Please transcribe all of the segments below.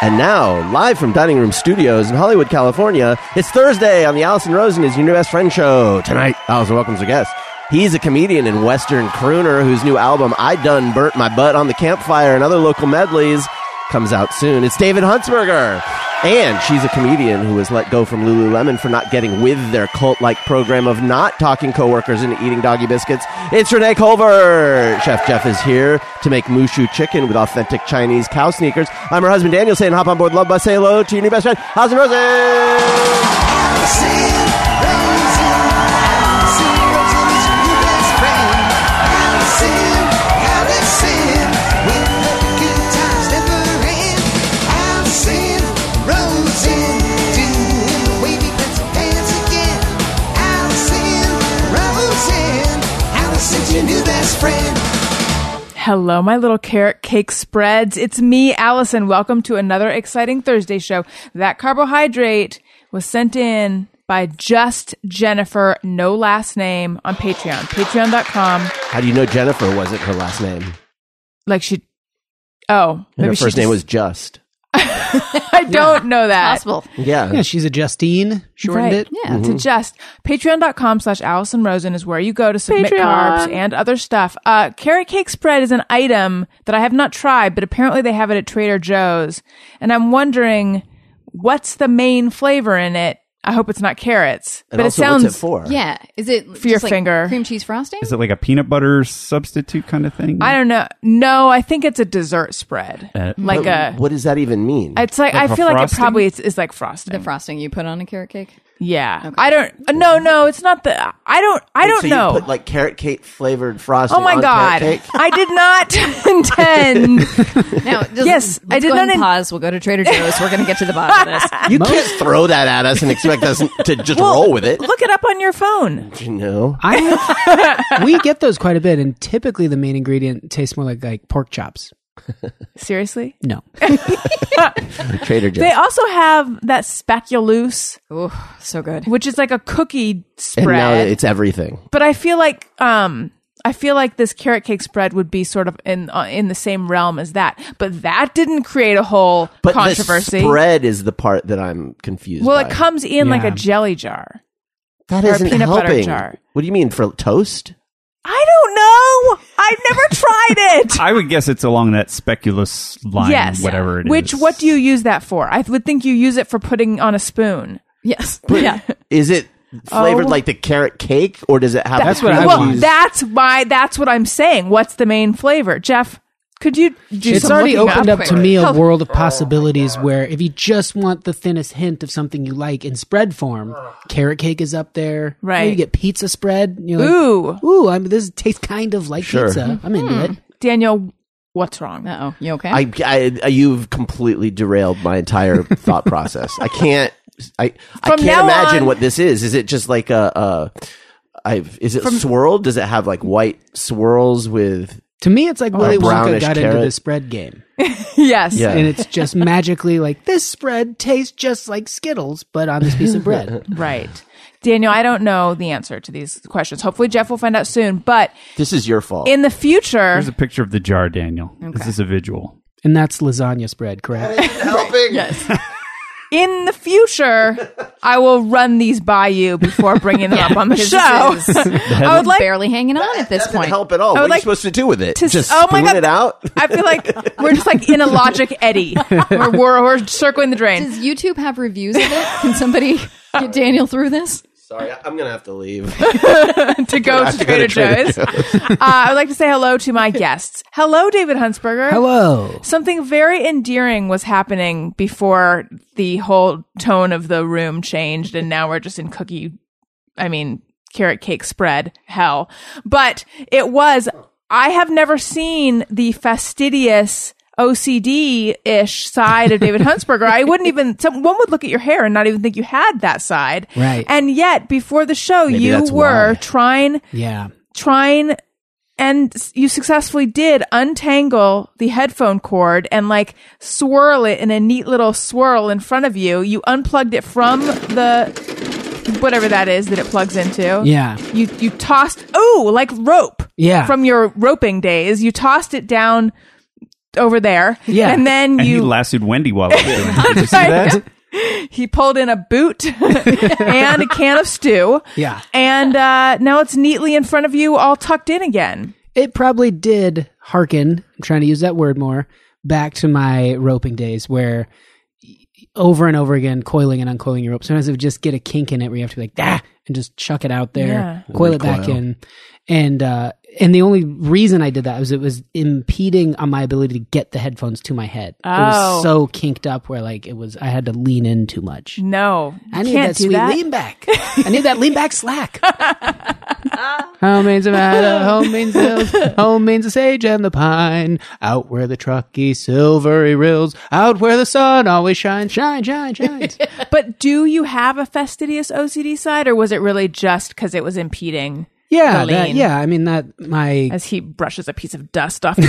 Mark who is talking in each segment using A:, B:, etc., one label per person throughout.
A: And now, live from Dining Room Studios in Hollywood, California, it's Thursday on the Allison Rosen is Your New Best Friend show. Tonight, Allison welcomes a guest. He's a comedian and Western crooner whose new album, I Done Burnt My Butt on the Campfire and Other Local Medleys, comes out soon. It's David Huntsberger. And she's a comedian who was let go from Lululemon for not getting with their cult like program of not talking coworkers into eating doggy biscuits. It's Renee Culver. Chef Jeff is here to make Mushu chicken with authentic Chinese cow sneakers. I'm her husband Daniel saying hop on board Love Bus. Say hello to your new best friend, How's and Rosen.
B: Hello, my little carrot cake spreads. It's me, Allison. Welcome to another exciting Thursday show. That carbohydrate was sent in by just Jennifer, no last name, on Patreon. Patreon.com.
A: How do you know Jennifer wasn't her last name?
B: Like she, oh,
A: And
B: maybe
A: her
B: she
A: first name
B: just-
A: was Just.
B: I don't know that.
C: Possible.
A: Yeah.
D: Yeah, she's a Justine. Shortened
B: Right.
D: it.
C: Yeah.
A: Mm-hmm.
B: to just patreon.com slash allison rosen is where you go to submit carbs and other stuff uh carrot cake spread is an item that i have not tried but apparently they have it at trader joe's and i'm wondering what's the main flavor in it i hope it's not carrots
A: And
B: but
A: also,
B: it sounds
A: what's it for?
C: Yeah. Is it just
B: your
C: like
B: finger.
C: cream cheese frosting?
E: Is it like a peanut butter substitute kind of thing?
B: i don't know no i think it's a dessert spread
E: Uh,
B: like a
A: What does that even mean?
B: it's like,
E: Like
B: I
E: a
B: feel like it
E: frosting?
B: probably is, is like frosting.
C: the frosting you put on a carrot cake?
B: yeah, I don't. No, no, it's not the. I don't. I don't
A: so
B: know.
A: You put like carrot cake flavored frosting.
B: oh my
A: on
B: god!
A: Carrot cake?
B: I did not intend
C: Now, just,
B: Yes, I
C: let's
B: did
C: go ahead
B: not
C: and
B: in-
C: pause. We'll go to Trader Joe's. We're going to get to the bottom of this.
A: You can't throw that at us and expect us to just roll with it.
B: Look it up on your phone.
A: You know,
D: I have- we get those quite a bit, and typically the main ingredient tastes more like like pork chops.
B: Seriously?
D: No,
A: Trader Joe's.
B: They also have that speculoos,
C: Ooh, so good.
B: which is like a cookie
A: and now
B: spread.
A: it's everything.
B: but I feel like um I feel like this carrot cake spread would be sort of in uh, in the same realm as that. But that didn't create a whole
A: But
B: controversy.
A: the spread is the part that I'm confused.
B: well,
A: by.
B: it comes in like
D: Yeah.
B: a jelly jar.
A: that
B: or a
A: isn't
B: peanut butter
A: helping.
B: jar.
A: What do you mean for toast?
B: I don't know. I've never tried it.
E: I would guess it's along that speculous line,
B: yes.
E: whatever it is.
B: Which what do you use that for? I would think you use it for putting on a spoon.
C: Yes.
A: But
C: yeah.
A: Is it flavored
B: Oh.
A: like the carrot cake, or does it have?
D: That's
A: a
D: what I
A: cream
B: well,
D: want.
B: that's why. That's what I'm saying. What's the main flavor, Jeff? Could you do
D: it's
B: some
D: already
B: looking
D: opened up,
C: up
D: to me a
B: quick.
A: Oh,
D: world of possibilities. where if you just want the thinnest hint of something you like in spread form, carrot cake is up there. You know,
B: Right.
D: you get pizza spread. and You're like,
B: Ooh, Hmm.
D: ooh, I'm, this tastes kind of like
A: Sure.
D: pizza. I'm into it.
B: Daniel, what's wrong?
C: Uh oh. You okay?
A: I, I, I- you've completely derailed my entire thought process. I can't. I I
B: From
A: can't
B: now
A: imagine
B: on-
A: what this is. Is it just like a? a I've, is it swirled? Does it have like white swirls with?
D: To me, it's like Willy Wonka
A: brownish
D: got into
A: carrot.
D: the spread game,
B: yes.
A: Yeah.
D: and it's just magically like this spread tastes just like Skittles, but on this piece of bread.
B: Right. Daniel, I don't know the answer to these questions. Hopefully, Jeff will find out soon. But
A: This is your fault.
B: in the future,
E: Here's a picture of the jar, Daniel. This is a visual.
D: And that's lasagna spread, correct?
B: in the future, I will run these by you before bringing them up on the
C: This
B: show.
C: is-
B: I would like
C: barely hanging on at this
A: doesn't
C: point.
A: help at all.
B: I
A: What
B: would
A: are you
B: like
A: supposed to do with it?
B: to s-
A: Just
B: oh my
A: spoon
B: God.
A: it out.
B: I feel like we're just like in a logic eddy. We're, we're, we're circling the drain.
C: Does YouTube have reviews of it? Can somebody get Daniel through this?
A: Sorry, I'm gonna have to leave.
B: to go to Trader Joe's. uh, I would like to say hello to my guests. Hello, David Huntsberger.
D: Hello.
B: Something very endearing was happening before the whole tone of the room changed, and now we're just in cookie, I mean, carrot cake spread hell. But it was, I have never seen the fastidious. OCD ish side of David Huntsberger. I wouldn't even, someone would look at your hair and not even think you had that side.
D: Right.
B: And yet, before the show, you
A: that's
B: were
A: why.
B: trying
D: Yeah.
B: trying and s- you successfully did untangle the headphone cord and like swirl it in a neat little swirl in front of you. You unplugged it from the whatever that is that it plugs into.
D: Yeah.
B: You you tossed oh like rope.
D: Yeah.
B: From your roping days, you tossed it down over there.
D: Yeah.
B: And then
E: And he
B: you
E: lassoed Wendy while he was doing it. Did you see that?
B: he pulled in a boot and a can of stew.
D: Yeah.
B: And uh, now it's neatly in front of you, all tucked in again.
D: It probably did hearken, I'm trying to use that word more, back to my roping days where over and over again, coiling and uncoiling your rope. Sometimes it would just get a kink in it where you have to be like, ah, and just chuck it out there, coil it back in. And, uh, and the only reason I did that was it was impeding on my ability to get the headphones to my head. It
B: Oh.
D: was so kinked up where like it was, I had to lean in too much.
B: No,
D: I
B: you
D: need
B: can't
D: that
B: do
D: sweet
B: that.
D: lean back. I need that lean back slack. home means Nevada, home means hills, home means the sage and the pine. Out where the truckee silvery rills, out where the sun always shines, shine, shine, shines.
B: But do you have a fastidious OCD side, or was it really just because it was impeding
D: yeah,
B: The
D: that,
B: lean.
D: yeah. I mean that my
B: as he brushes a piece of dust off the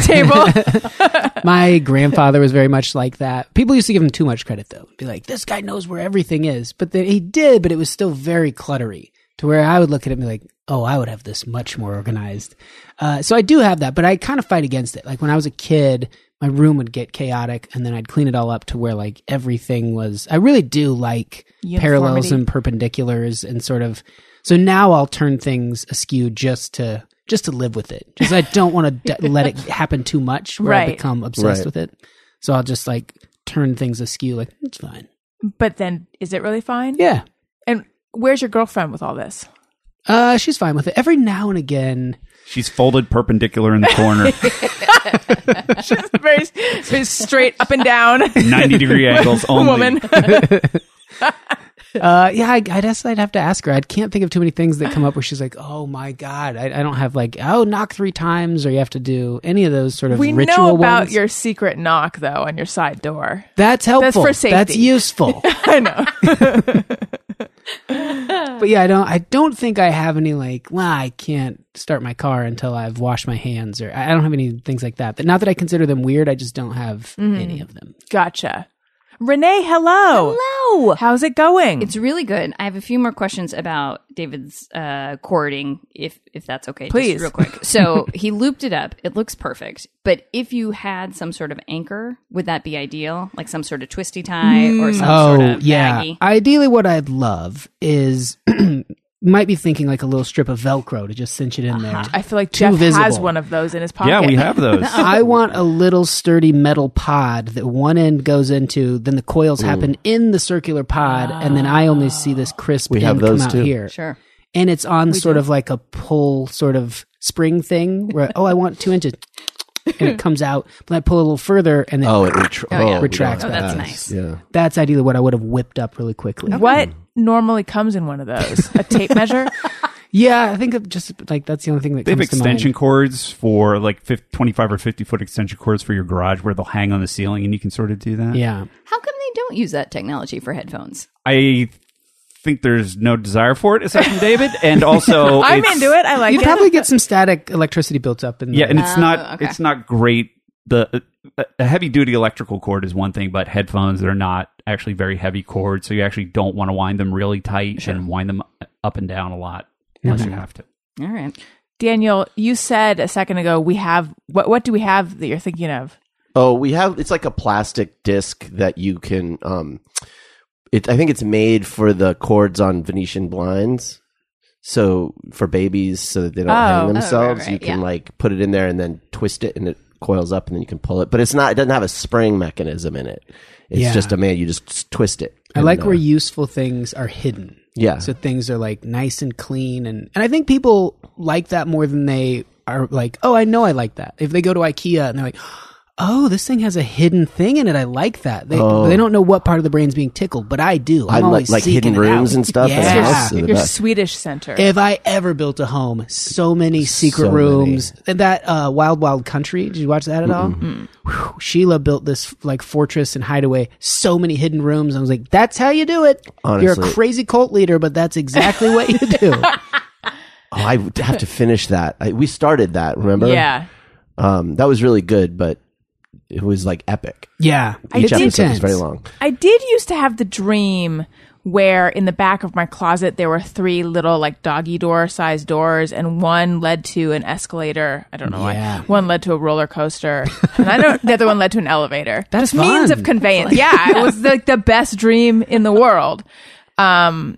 B: table?
D: my grandfather was very much like that. People used to give him too much credit though. Be like, this guy knows where everything is, but then he did, but it was still very cluttery to where I would look at it and be like, oh, I would have this much more organized. Uh, so I do have that, but I kind of fight against it. Like when I was a kid, my room would get chaotic and then I'd clean it all up to where like everything was, I really do like parallels
B: Uniformity.
D: and perpendiculars and sort of, so now I'll turn things askew just to, just to live with it. Just I don't want to d- let it happen too much where I
B: Right.
D: become obsessed
A: Right.
D: with it. So I'll just like turn things askew. Like it's fine.
B: but then, is it really fine?
D: Yeah,
B: And where's your girlfriend with all this?
D: uh, she's fine with it. Every now and again,
E: She's folded perpendicular in the corner,
B: She's very, very straight up and down
E: 90 degree angles only.
B: woman.
D: uh, yeah, I, I guess I'd have to ask her. I can't think of too many things that come up where she's like, "Oh my god, I, I don't have like oh knock three times or you have to do any of those sort of
B: We
D: ritual
B: know about
D: ones."
B: your secret knock though on your side door.
D: That's helpful.
B: for safety.
D: That's useful.
B: I know.
D: but yeah, I don't. I don't think I have any like. Well, I can't start my car until I've washed my hands, or I I don't have any things like that. But not that I consider them weird. I just don't have
B: Mm-hmm.
D: any of them.
B: Gotcha. Renee, hello.
F: Hello.
B: How's it going?
F: It's really good. I have a few more questions about David's uh, cording, if if that's okay. just
B: Please.
F: real quick. So he looped it up. It looks perfect. But if you had some sort of anchor, would that be ideal? Like some sort of twisty tie or some
D: Mm.
F: sort of baggie?
D: Oh, Ideally, what I'd love is might be thinking like a little strip of Velcro to just cinch it in there.
F: Uh-huh.
B: I feel like
D: Too
B: Jeff has
D: visible.
B: one of those in his pocket.
E: Yeah, we have those.
D: I want a little sturdy metal pod that one end goes into, then the coils happen in the circular pod, and then I only see this crisp
A: We
D: end
A: have those
D: come out
A: too.
D: here.
F: Ah. Sure.
D: and it's on sort of like a pull sort of spring thing where oh I want two inches and it comes out but I pull a little further and then
A: Oh, it retr-
F: yeah.
A: oh, we
D: Retracts
A: don't
F: back. Oh, that's
A: have
F: nice.
A: that. Yeah.
D: that's ideally what I would have whipped up really quickly
B: What normally comes in one of those? A tape measure?
D: yeah I think of just like that's the only thing that
E: They have
D: comes
E: extension
D: to
E: cords for like 50, 25 or 50 foot extension cords for your garage where they'll hang on the ceiling and you can sort of do that.
D: mind yeah
F: How come they don't use that technology for headphones?
E: I think there's no desire for it aside from David. And also,
B: I'm
E: it's-
B: into it. I like
D: you'd
B: it.
D: probably get some static electricity built up in
E: Yeah,
D: the-
E: and it's
F: Oh,
E: not
F: okay.
E: it's not great. The uh, a- a heavy duty electrical cord is one thing, but headphones they're not actually very heavy cords, so you actually don't want to wind them really tight and wind them up and down a lot unless you have to.
F: All right.
B: Daniel, you said a second ago we have what what do we have that you're thinking of?
A: Oh, we have it's like a plastic disc that you can um it I think it's made for the cords on Venetian blinds. So for babies so that they don't
B: Oh. Oh,
A: hang
B: right,
A: themselves,
F: right,
A: you can
F: yeah.
A: like put it in there and then twist it and it coils up and then you can pull it. But it's not it doesn't have a spring mechanism in it. It's
D: Yeah.
A: just a man you just twist it.
D: I
A: And,
D: like
A: uh,
D: where useful things are hidden
A: Yeah.
D: so things are like nice and clean and and I think people like that more than they are like oh I know I like that if they go to IKEA and they're like oh this thing has a hidden thing in it I like that they
A: Oh.
D: they don't know what part of the brain's being tickled but I do
A: I like
D: I'm always
A: like hidden
D: seeking it
A: rooms
D: out.
A: and stuff in
D: Yeah.
A: a house. are the
B: Your
A: best.
B: Swedish center.
D: If I ever built a home, so many secret
A: So many.
D: rooms. And that uh, Wild Wild Country, did you watch that at all? Whew, Sheila built this like fortress and hideaway. So many hidden rooms. I was like, that's how you do it. You're
A: Honestly.
D: a crazy cult leader, but that's exactly what you do.
A: Oh, I would have to finish that. I, we started that, remember?
B: yeah.
A: Um, that was really good, but it was like epic.
D: yeah,
A: Each
D: it's
A: episode
D: intense.
A: was very long.
B: I did used to have the dream where in the back of my closet there were three little like doggy door sized doors and one led to an escalator. I don't know
D: Yeah.
B: why. One led to a roller coaster. and I don't the other one led to an elevator.
D: That is
B: means
D: fun.
B: of conveyance. yeah, it was like the best dream in the world. Um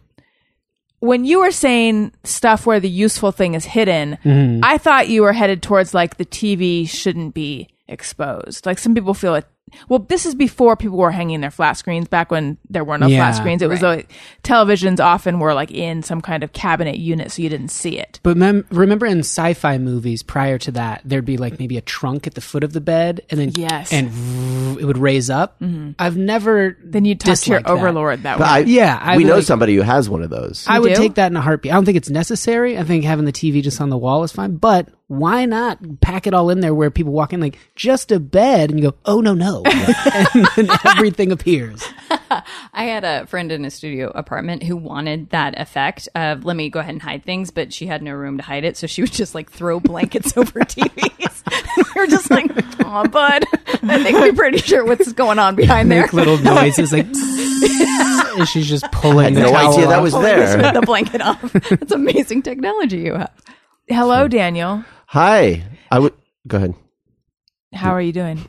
B: when you were saying stuff where the useful thing is hidden,
D: Mm-hmm.
B: I thought you were headed towards like the TV shouldn't be exposed. Like some people feel it. Well, this is before people were hanging their flat screens back when there were no
D: Yeah,
B: flat screens. It was like televisions often were like in some kind of cabinet unit so you didn't see it.
D: But mem- remember in sci-fi movies prior to that, there'd be like maybe a trunk at the foot of the bed, and then
B: Yes. Mm-hmm.
D: and vroom, it would raise up. I've never
B: Then you'd talk to your
D: disliked that.
B: overlord that,
A: But I,
B: way.
D: Uh, Yeah, I
A: we
D: would
A: know
D: like-
A: somebody who has one of those.
D: I
B: You do?
D: would take that in a heartbeat. I don't think it's necessary. I think having the TV just on the wall is fine. But why not pack it all in there where people walk in like just a bed and you go, oh no no, and then everything appears.
F: I had a friend in a studio apartment who wanted that effect of let me go ahead and hide things, but she had no room to hide it, so she would just like throw blankets over TVs. we were just like, "Oh, bud, I think we're pretty sure what's going on behind there."
D: Make little noises like, "Tss," and Oh, she's just pulling. the
A: no
D: towel
A: idea that
D: off.
A: was
F: With
A: there.
F: the blanket off. That's amazing technology you have.
B: Hello, Daniel.
A: Hi. I would go ahead.
B: How are you doing?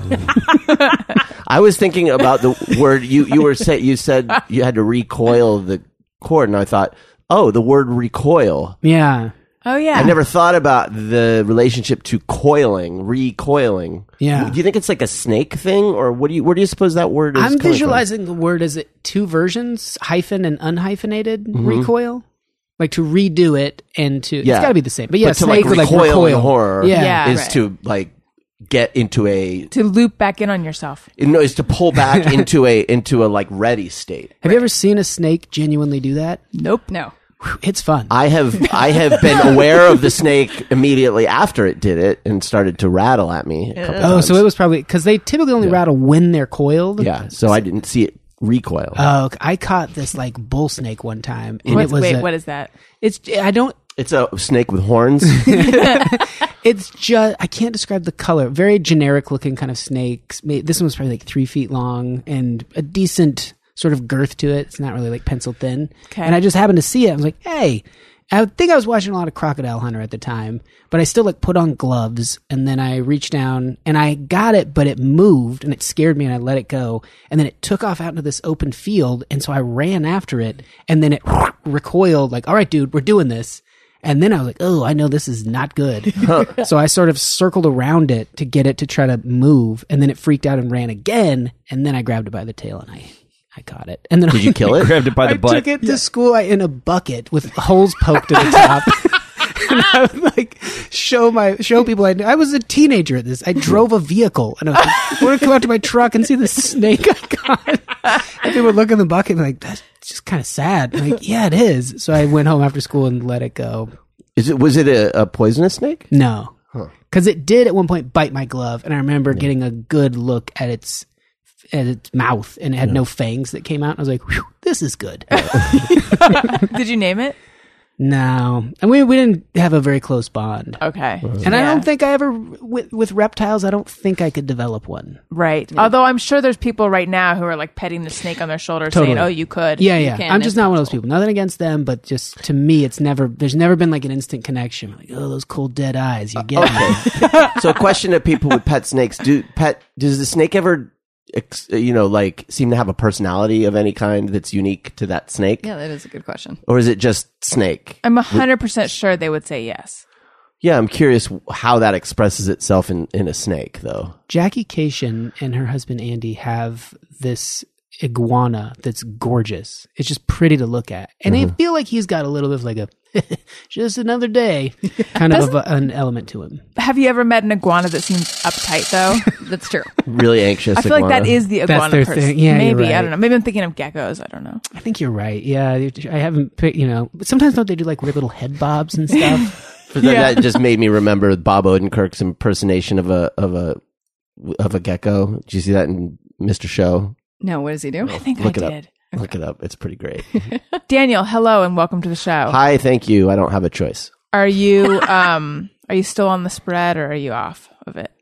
A: I was thinking about the word you you were say you said you had to recoil the cord, and I thought, oh, the word recoil.
D: Yeah,
B: Oh yeah.
A: I never thought about the relationship to coiling, recoiling.
D: Yeah.
A: Do you think it's like a snake thing, or what do you where do you suppose that word is?
D: I'm
A: coming from?
D: visualizing the word as it two versions, hyphen and unhyphenated recoil, like to redo it and to.
A: Mm-hmm. Yeah.
D: It's got to be the same, but yeah,
A: but to
D: snake
A: like
D: would,
A: recoil,
D: like recoil,
A: in horror.
D: Yeah.
B: Yeah,
A: is
B: right.
A: to like get into a
B: to loop back in on yourself.
A: no, is to pull back into a into a like ready state.
D: Have you ever seen a snake genuinely do that?
B: Nope.
F: No.
D: It's fun.
A: I have I have been aware of the snake immediately after it did it and started to rattle at me. A couple
D: Oh,
A: times.
D: so it was probably because they typically only rattle when they're coiled.
A: yeah. So I didn't see it recoil.
D: Oh, okay. I caught this like bull snake one time, and
B: What's,
D: it was
B: wait,
D: a-
B: what is that?
D: it's. I don't.
A: it's a snake with horns.
D: It's just I can't describe the color. Very generic looking kind of snakes. May- This one was probably like three feet long and a decent sort of girth to it. It's not really like pencil thin.
B: Okay.
D: And I just happened to see it. I was like, hey. I think I was watching a lot of Crocodile Hunter at the time, but I still like put on gloves and then I reached down and I got it, but it moved and it scared me and I let it go. And then it took off out into this open field. And so I ran after it and then it recoiled like, all right, dude, we're doing this. And then I was like, oh, I know this is not good. so I sort of circled around it to get it to try to move. And then it freaked out and ran again. And then I grabbed it by the tail and I, I caught it. And then
A: Did you kill it?
E: Grabbed it by the
D: I
E: butt.
D: took it to school I, in a bucket with holes poked at the top. and I would like show my show people I knew. I was a teenager at this. I drove a vehicle and I was like, I want to come out to my truck and see the snake I caught. And people would look in the bucket and be like, that's just kind of sad. I'm like, yeah, it is. So I went home after school and let it go.
A: Is it was it a, a poisonous snake?
D: No. Because it did at one point bite my glove, and I remember getting a good look at its at its mouth, and it had no fangs that came out. And I was like, "Whew, "This is good."
B: Did you name it?
D: No, and we we didn't have a very close bond,
B: Okay.
D: and I don't think I ever with with reptiles. I don't think I could develop one.
B: Right. Although I'm sure there's people right now who are like petting the snake on their shoulder saying,
D: Totally.
B: "Oh, you could."
D: Yeah, yeah.
F: can,
D: I'm just
F: it's
D: not one of those people. Nothing against them, but just to me, it's never. There's never been like an instant connection. Like, oh, those cold dead eyes. You get me.
A: so a question that people with pet snakes do pet does the snake ever ex, you know like seem to have a personality of any kind that's unique to that snake,
F: Yeah, that is a good question.
A: or is it just snake?
B: I'm 100% sure they would say yes.
A: Yeah, I'm curious how that expresses itself in in a snake though.
D: Jackie Cation and her husband Andy have this iguana that's gorgeous. It's just pretty to look at, and I feel like he's got a little bit of like a just another day kind of a, an element to him.
B: Have you ever met an iguana that seems uptight though?
F: That's true.
A: Really anxious.
B: I feel like that
A: iguana.
B: is the
D: That's
B: iguana
D: their
B: person.
D: thing. Yeah, you're
B: Maybe, I
D: right.
B: don't know. Maybe I'm thinking of geckos, I don't know.
D: I think you're right. Yeah, I haven't. picked- You know, but sometimes don't they do like weird little head bobs and stuff?
A: But then that just made me remember Bob Odenkirk's impersonation of a of a of a gecko. Did you see that in Mr. Show?
F: No, what does he do?
B: I think
A: Look it
B: I
A: up.
B: did.
A: Look it up. It's pretty great.
B: Daniel, hello and welcome to the show.
A: Hi, thank you. I don't have a choice.
B: Are you um are you still on the spread or are you off of it?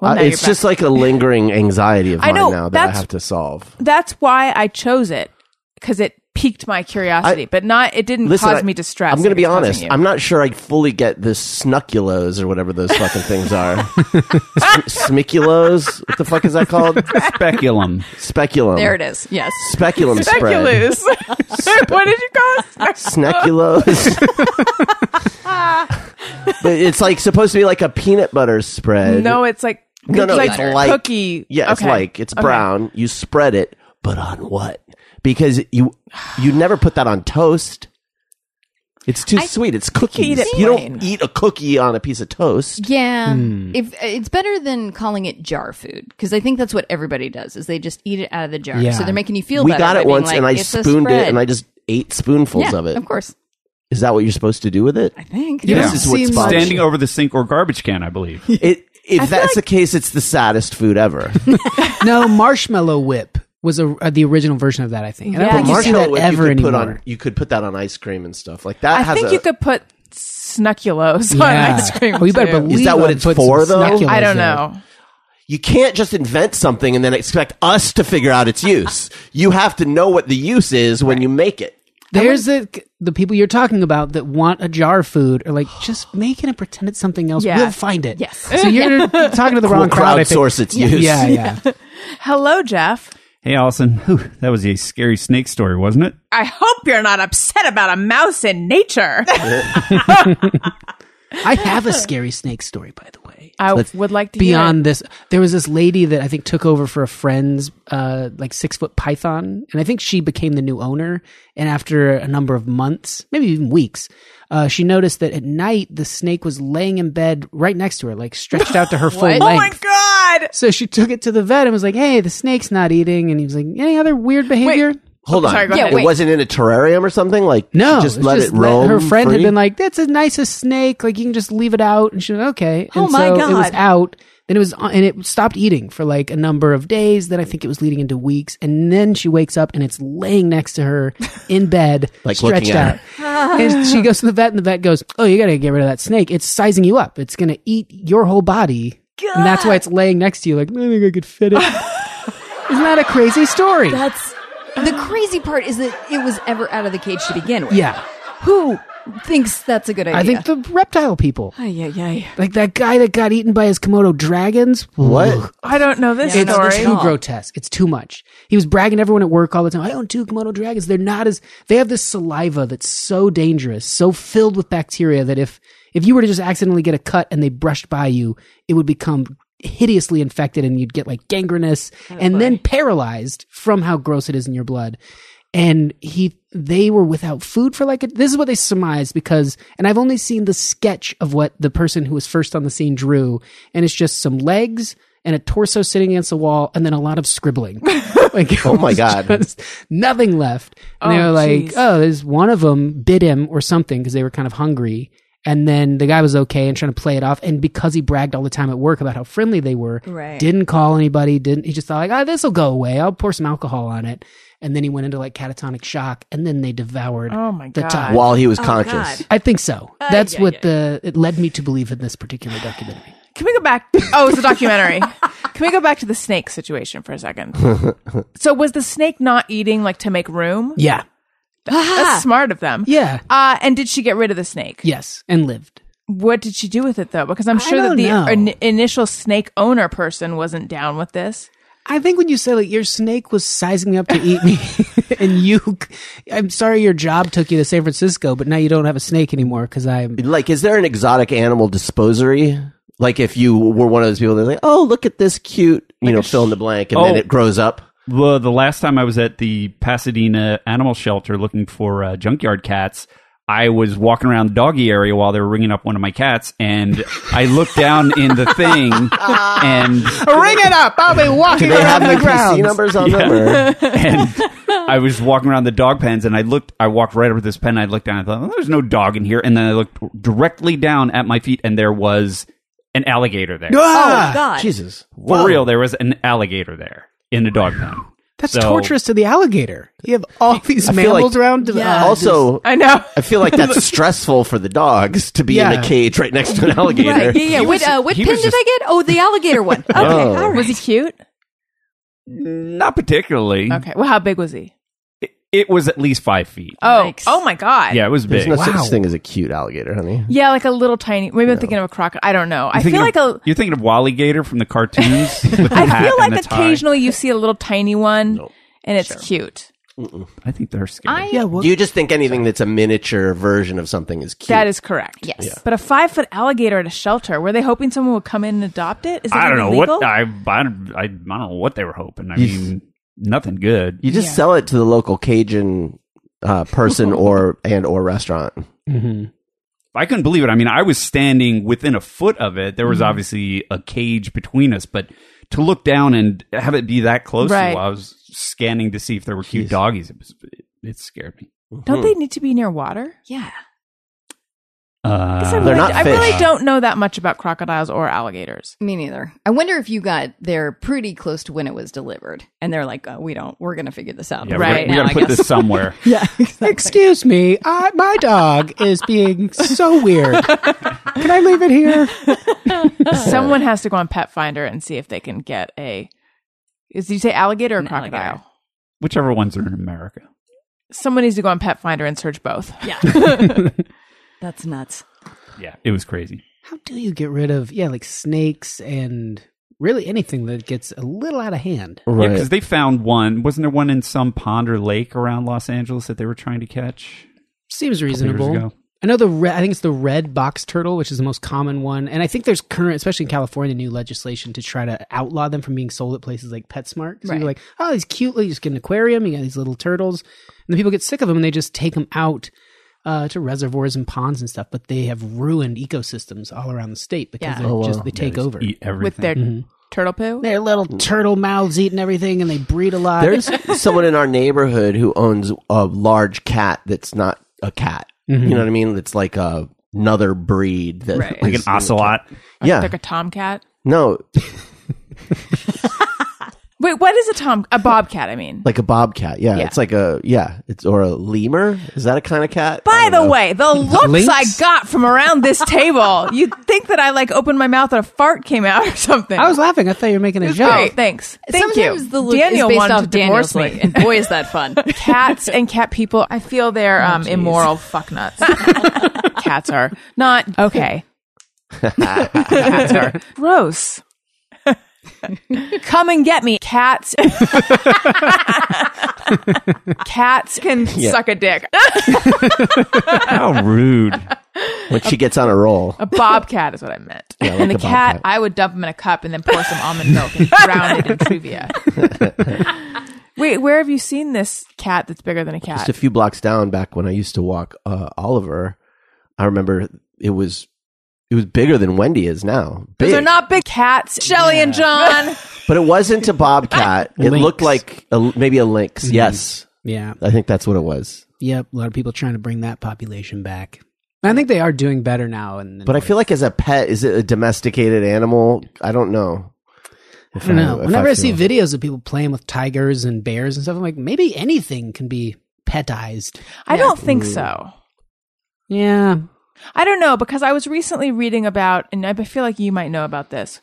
A: Uh,
B: now
A: it's
B: you're back.
A: just like a lingering anxiety of
B: I
A: mine
B: know,
A: now that I
B: that's-
A: have to solve.
B: That's why I chose it cuz it piqued my curiosity, but not it didn't
A: Listen,
B: cause
A: I-
B: me distress.
A: I'm going to
B: like
A: be
B: it's causing
A: honest.
B: you.
A: I'm not sure I fully get the snuculos or whatever those fucking things are. Sm- smiculos? What the fuck is that called?
E: Speculum.
A: Speculum.
F: There it is. Yes.
A: Speculum spread.
B: Speculous. what did you call it?
A: Sneculos. but it's like supposed to be like a peanut butter spread.
B: No, it's like
A: No, no,
B: like
A: it's like-
B: cookie.
A: Yeah, it's
B: Okay.
A: like it's
B: Okay.
A: brown. You spread it, but on what? Because you you never put that on toast. It's too sweet. It's cookies.
B: eat it
A: you
B: plain.
A: don't eat a cookie on a piece of toast.
F: Yeah,
A: Hmm.
F: if it's better than calling it jar food because I think that's what everybody does is they just eat it out of the jar.
D: Yeah.
F: So they're making you feel.
A: we
F: better
A: got
F: by
A: it
F: being
A: once,
F: like,
A: and I
F: "It's a
A: spooned it,
F: spread."
A: and I just ate spoonfuls
F: yeah,
A: of it.
F: Of course,
A: Is that what you're supposed to do with it?
F: I think.
D: Yeah.
A: This is what's
D: Seems-
A: fun.
E: Standing over the sink or garbage can, I believe.
A: It, if that's
B: like-
A: the case, it's the saddest food ever.
D: no, marshmallow whip was a, uh, the original version of that, I think. And I
B: Yeah.
D: don't think you see that
A: whip,
D: ever
A: you could
D: anymore.
A: put on you could put that on ice cream and stuff like that.
B: I
A: has
B: think
A: a,
B: you could put snuculos on
D: Yeah.
B: ice cream.
D: Oh, you better
B: too.
D: believe
A: Is that what
D: I'd
A: it's
D: put some
A: for, though?
D: Snuckulos
B: I don't
D: in it.
B: know.
A: you can't just invent something and then expect us to figure out its use. you have to know what the use is when you make it.
D: There's the the people you're talking about that want a jar of food are like just make it and pretend it's something else.
B: Yeah.
D: We'll find it.
F: Yes.
D: So you're talking to the
A: We'll
D: wrong crowd. I think.
A: crowdsource its use.
D: Yeah, yeah.
B: Hello, Jeff.
E: Hey, Allison. Whew, that was a scary snake story, wasn't it?
B: I hope you're not upset about a mouse in nature.
D: I have a scary snake story, by the way.
B: I would like to
D: Beyond this, there was this lady that I think took over for a friend's uh, like six foot python, and I think she became the new owner. And after a number of months, maybe even weeks, uh, she noticed that at night the snake was laying in bed right next to her, like stretched out to her full
B: Hear it.
D: length.
B: Oh my god!
D: So she took it to the vet and was like, "Hey, the snake's not eating." And he was like, "Any other weird behavior?"
A: Hold on.
B: sorry, go
F: Yeah, ahead.
A: it
F: wait.
A: wasn't in a terrarium or something? Like
D: No,
A: you just
D: it's
A: let it roam.
D: her friend
A: free?
D: had been like, "That's the nicest snake. Like you can just leave it out." And she was okay.
F: Oh
D: and
F: my
D: so It was
F: God.
D: out. Then it was on- and it stopped eating for like a number of days. Then I think it was leading into weeks. And then she wakes up and it's laying next to her in bed,
A: Like
D: stretched
A: looking at
D: out. and she goes to the vet, and the vet goes, "Oh, you got to get rid of that snake. It's sizing you up. It's gonna eat your whole body." And that's why it's laying next to you. Like I think I could fit it. Isn't that a crazy story?
F: That's the crazy part is that it was ever out of the cage to begin with.
D: yeah.
F: Who thinks that's a good idea?
D: I think the reptile people.
F: Ay, ay, ay.
D: Like that guy that got eaten by his Komodo dragons.
A: What?
B: I don't know this
F: Yeah,
D: It's
F: no,
B: story.
F: this
D: too grotesque. It's too much. He was bragging to everyone at work all the time. I own two Komodo dragons. They're not as they have this saliva that's so dangerous, so filled with bacteria that if if you were to just accidentally get a cut and they brushed by you, it would become hideously infected and you'd get like gangrenous
F: Oh,
D: and then paralyzed from how gross it is in your blood. And he they were without food for like a, this is what they surmised because and I've only seen the sketch of what the person who was first on the scene drew and it's just some legs and a torso sitting against the wall and then a lot of scribbling. like
A: Oh my
D: it was
A: God.
D: just nothing left. And they
B: Oh,
D: were like,
B: jeez.
D: "Oh, there's one of them bit him or something because they were kind of hungry." And then the guy was okay and trying to play it off. And because he bragged all the time at work about how friendly they were,
F: Right.
D: didn't call anybody, didn't he just thought like, "Ah, this will go away. I'll pour some alcohol on it." And then he went into like catatonic shock, and then they devoured.
B: Oh my
D: the
B: god!
D: top.
A: while he was
F: Oh,
A: conscious.
F: God.
D: I think so. That's
F: yeah,
D: what
F: yeah.
D: the it led me to believe in this particular documentary.
B: Can we go back? Oh, it's a documentary. Can we go back to the snake situation for a second? so was the snake not eating like to make room?
D: Yeah,
B: That's smart of them.
D: yeah,
B: Uh, and did she get rid of the snake?
D: yes, and lived.
B: What did she do with it though? Because I'm sure that
D: don't
B: the
D: know.
B: in- initial snake owner person wasn't down with this.
D: I think when you say like your snake was sizing me up to eat me, and you, I'm sorry your job took you to San Francisco, but now you don't have a snake anymore because I'm.
A: Like, is there an exotic animal disposary? Like, if you were one of those people that's like, oh, look at this cute, you know, fill in the blank, and then
E: Oh.
A: it grows up.
E: Well, the last time I was at the Pasadena Animal Shelter looking for uh, junkyard cats, I was walking around the doggy area while they were ringing up one of my cats, and I looked down in the thing, and
D: Ring it up! I'll be walking
A: Do they have
D: around the
A: any PC
D: ground.
A: numbers on them? Or?
E: and I was walking around the dog pens, and I looked, I walked right over this pen, and I looked down, and I thought, well, there's no dog in here, and then I looked directly down at my feet, and there was an alligator there.
F: Oh God.
A: Jesus.
E: For real, there was an alligator there in the dog pen.
D: That's
E: So-
D: torturous to the alligator. You have all these
A: I feel
D: mammals
A: like-
D: around. uh,
F: Yeah.
A: Also,
B: I know.
A: I feel like that's stressful for the dogs to be in
D: Yeah.
A: a cage right next to an alligator.
F: Right. Yeah, yeah. What, uh, what
E: he
F: pin
E: was
F: did
E: just-
F: I get? Oh, the alligator one. Okay.
A: Oh.
F: All right.
B: Was he cute?
E: Not particularly.
A: Uh,
B: Okay. Well, how big was he?
E: it was at least five feet.
B: Oh,
F: Yikes.
B: oh my god.
E: yeah, it was
A: There's
E: big.
A: no
D: Wow.
A: such thing as a cute alligator, honey.
B: Yeah, like a little tiny. Maybe I'm thinking of a crocodile. I don't know. I
E: You're
B: feel like
E: thinking of-
B: a.
E: You're thinking of Wally Gator from the cartoons. with the
B: I
E: hat
B: feel
E: and
B: like
E: the tie.
B: occasionally you see a little tiny one, and it's cute.
E: I think they're
F: I
E: scary.
A: Do you just think anything that's a miniature version of something is cute?
B: That is correct.
F: Yes. Yeah.
B: But a five foot alligator at a shelter, were they hoping someone would come in and adopt it? Is that
E: I don't
B: even
E: know
B: legal?
E: what I, I don't- I I don't know what they were hoping. I mean, nothing good.
A: you just sell it to the local Cajun uh, person or and or restaurant.
E: I couldn't believe it. I mean, I was standing within a foot of it. There was
B: Mm-hmm.
E: obviously a cage between us, but to look down and have it be that close, to
B: Right.
E: you, I was scanning to see if there were cute doggies. It, was, it, it scared me.
A: Hmm.
B: Don't they need to be near water?
F: yeah.
E: Uh,
B: I
A: They're
B: really-
A: not
B: I really
A: fish.
B: don't know that much about crocodiles or alligators.
F: Me neither. I wonder if you got there pretty close to when it was delivered, and they're like, oh, "We don't. We're gonna figure this out."
E: yeah,
B: Right
E: We
F: now,
E: got to
F: I
E: put
F: guess.
E: this somewhere.
F: yeah.
D: Excuse me, I, my dog is being so weird. Can I leave it here?
B: Someone has to go on Pet Finder and see if they can get a. Is did you say alligator or crocodile?
F: alligator.
E: Whichever ones are in America.
B: Someone needs to go on Pet Finder and search both.
F: That's nuts.
E: Yeah, it was crazy.
D: How do you get rid of yeah, like snakes and really anything that gets a little out of hand?
E: Yeah, because they found one. Wasn't there one in some pond or lake around Los Angeles that they were trying to catch?
D: Seems
E: years
D: reasonable.
E: ago.
D: I know the red, I think it's the red box turtle, which is the most common one, and I think there's current, especially in California, new legislation to try to outlaw them from being sold at places like PetSmart. So
F: Right.
D: you're like, oh, these cute, you just get an aquarium, you got these little turtles, and then people get sick of them and they just take them out uh, to reservoirs and ponds and stuff. But they have ruined ecosystems all around the state because
F: Yeah.
D: they're
E: Oh,
D: just they take over.
E: Eat everything.
B: with their turtle poo.
D: They're little turtle mouths eating everything, and they breed a lot.
A: There's someone in our neighborhood who owns a large cat that's not a cat. You know what I mean? That's like a another breed that
B: Right.
E: like an ocelot.
A: Yeah.
B: Like a tomcat.
A: no,
B: Wait, what is a tom? A bobcat, I mean.
A: like a bobcat. Yeah,
B: Yeah.
A: It's like a yeah, it's or a lemur. Is that a kind of cat?
B: By the way, the looks
D: Lynx?
B: I got from around this table, you'd think that I like opened my mouth and a fart came out or something.
D: I was laughing. I thought you were making a joke.
B: Oh, thanks. Thank
F: Sometimes
B: you.
F: the look
B: Daniel
F: is based
B: wanted
F: off
B: to
F: Daniel's
B: divorce
F: look,
B: me.
F: and boy, is that fun.
B: Cats and cat people, I feel they're um, immoral fucknuts. Cats are not okay. Cats are gross. Come and get me, cats. cats can suck a dick.
E: How rude.
A: when she gets on a roll,
B: A bobcat is what I meant.
A: like
B: and the
A: a
B: cat,
A: bobcat.
B: I would dump him in a cup and then pour some almond milk and drown it in trivia. Wait, where have you seen this cat that's bigger than a cat?
A: just a few blocks down, back when I used to walk uh, Oliver, I remember it was it was bigger than Wendy is now. Big.
B: Those are not big cats, Shelly and John.
A: But it wasn't a bobcat. it
D: Lynx. Mm-hmm.
A: looked like a, maybe a lynx. Yes,
D: Yeah.
A: I think that's what it was.
D: Yep. A lot of people trying to bring that population back. I think they are doing better now. And
A: But I feel like as a pet, is it a domesticated animal? I don't know.
D: I don't know.
A: if I
D: Whenever I, see
A: feel-
D: videos of people playing with tigers and bears and stuff, I'm like, maybe anything can be petized.
B: I don't think
A: Mm.
B: so.
D: Yeah.
B: I don't know because I was recently reading about, and I feel like you might know about this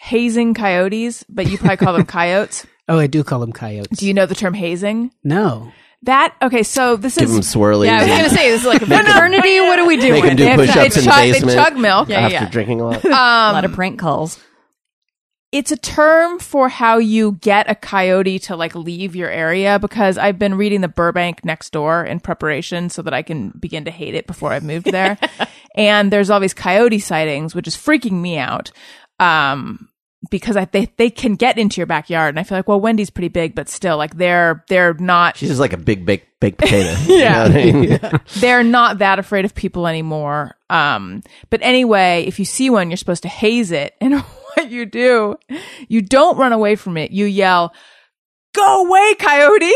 B: hazing coyotes, but you probably call them coyotes.
D: Oh, I do call them coyotes.
B: Do you know the term hazing?
D: no.
B: That okay? So this
A: Give
B: is
A: them swirlies.
F: Yeah, I was
A: and
F: gonna say this is like a fraternity. what are we doing?
A: Make them do
F: They have
A: push-ups
B: they
A: in the
B: chug-
A: basement.
B: They chug milk.
F: Yeah,
A: after
F: yeah.
A: drinking a lot.
F: a lot of prank calls.
B: it's a term for how you get a coyote to like leave your area because I've been reading the Burbank next door in preparation so that I can begin to hate it before I've moved there. and there's all these coyote sightings, which is freaking me out. Um, because I, they, they can get into your backyard and I feel like, well, Wendy's pretty big, but still like they're, they're not
A: She's just like a big baked baked potato. yeah.
B: they're not that afraid of people anymore. Um, but anyway, if you see one, you're supposed to haze it. And what you do, you don't run away from it. You yell, go away, coyote.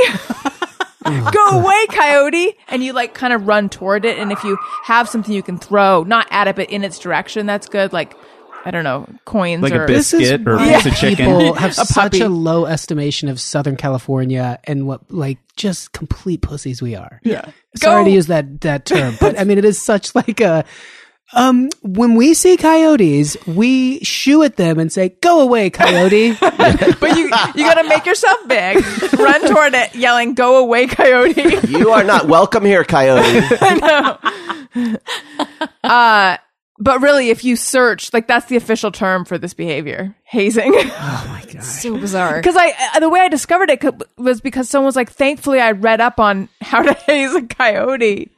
E: Oh,
B: Go away, coyote! And you like kind of run toward it. And if you have something you can throw, not at it, but in its direction, that's good. Like, I don't know, coins
E: Like a
B: or
E: biscuit.
D: This is
E: or a
D: why
E: piece of chicken.
D: People have
B: A
D: such
B: puppy.
D: a low estimation of Southern California and what, like, just complete pussies we are. Yeah. Sorry
B: Go-
D: to use that that term, but I mean, it is such like a Um, when we see coyotes, we shoo at them and say, "Go away, coyote!"
B: But you you gotta make yourself big, run toward it, yelling, "Go away, coyote!"
A: You are not welcome here, Coyote.
B: Uh, but really, if you search, like that's the official term for this behavior, hazing.
F: so bizarre.
B: Because I, I- the way I discovered it co- was because someone was like, "Thankfully, I read up on how to haze a coyote."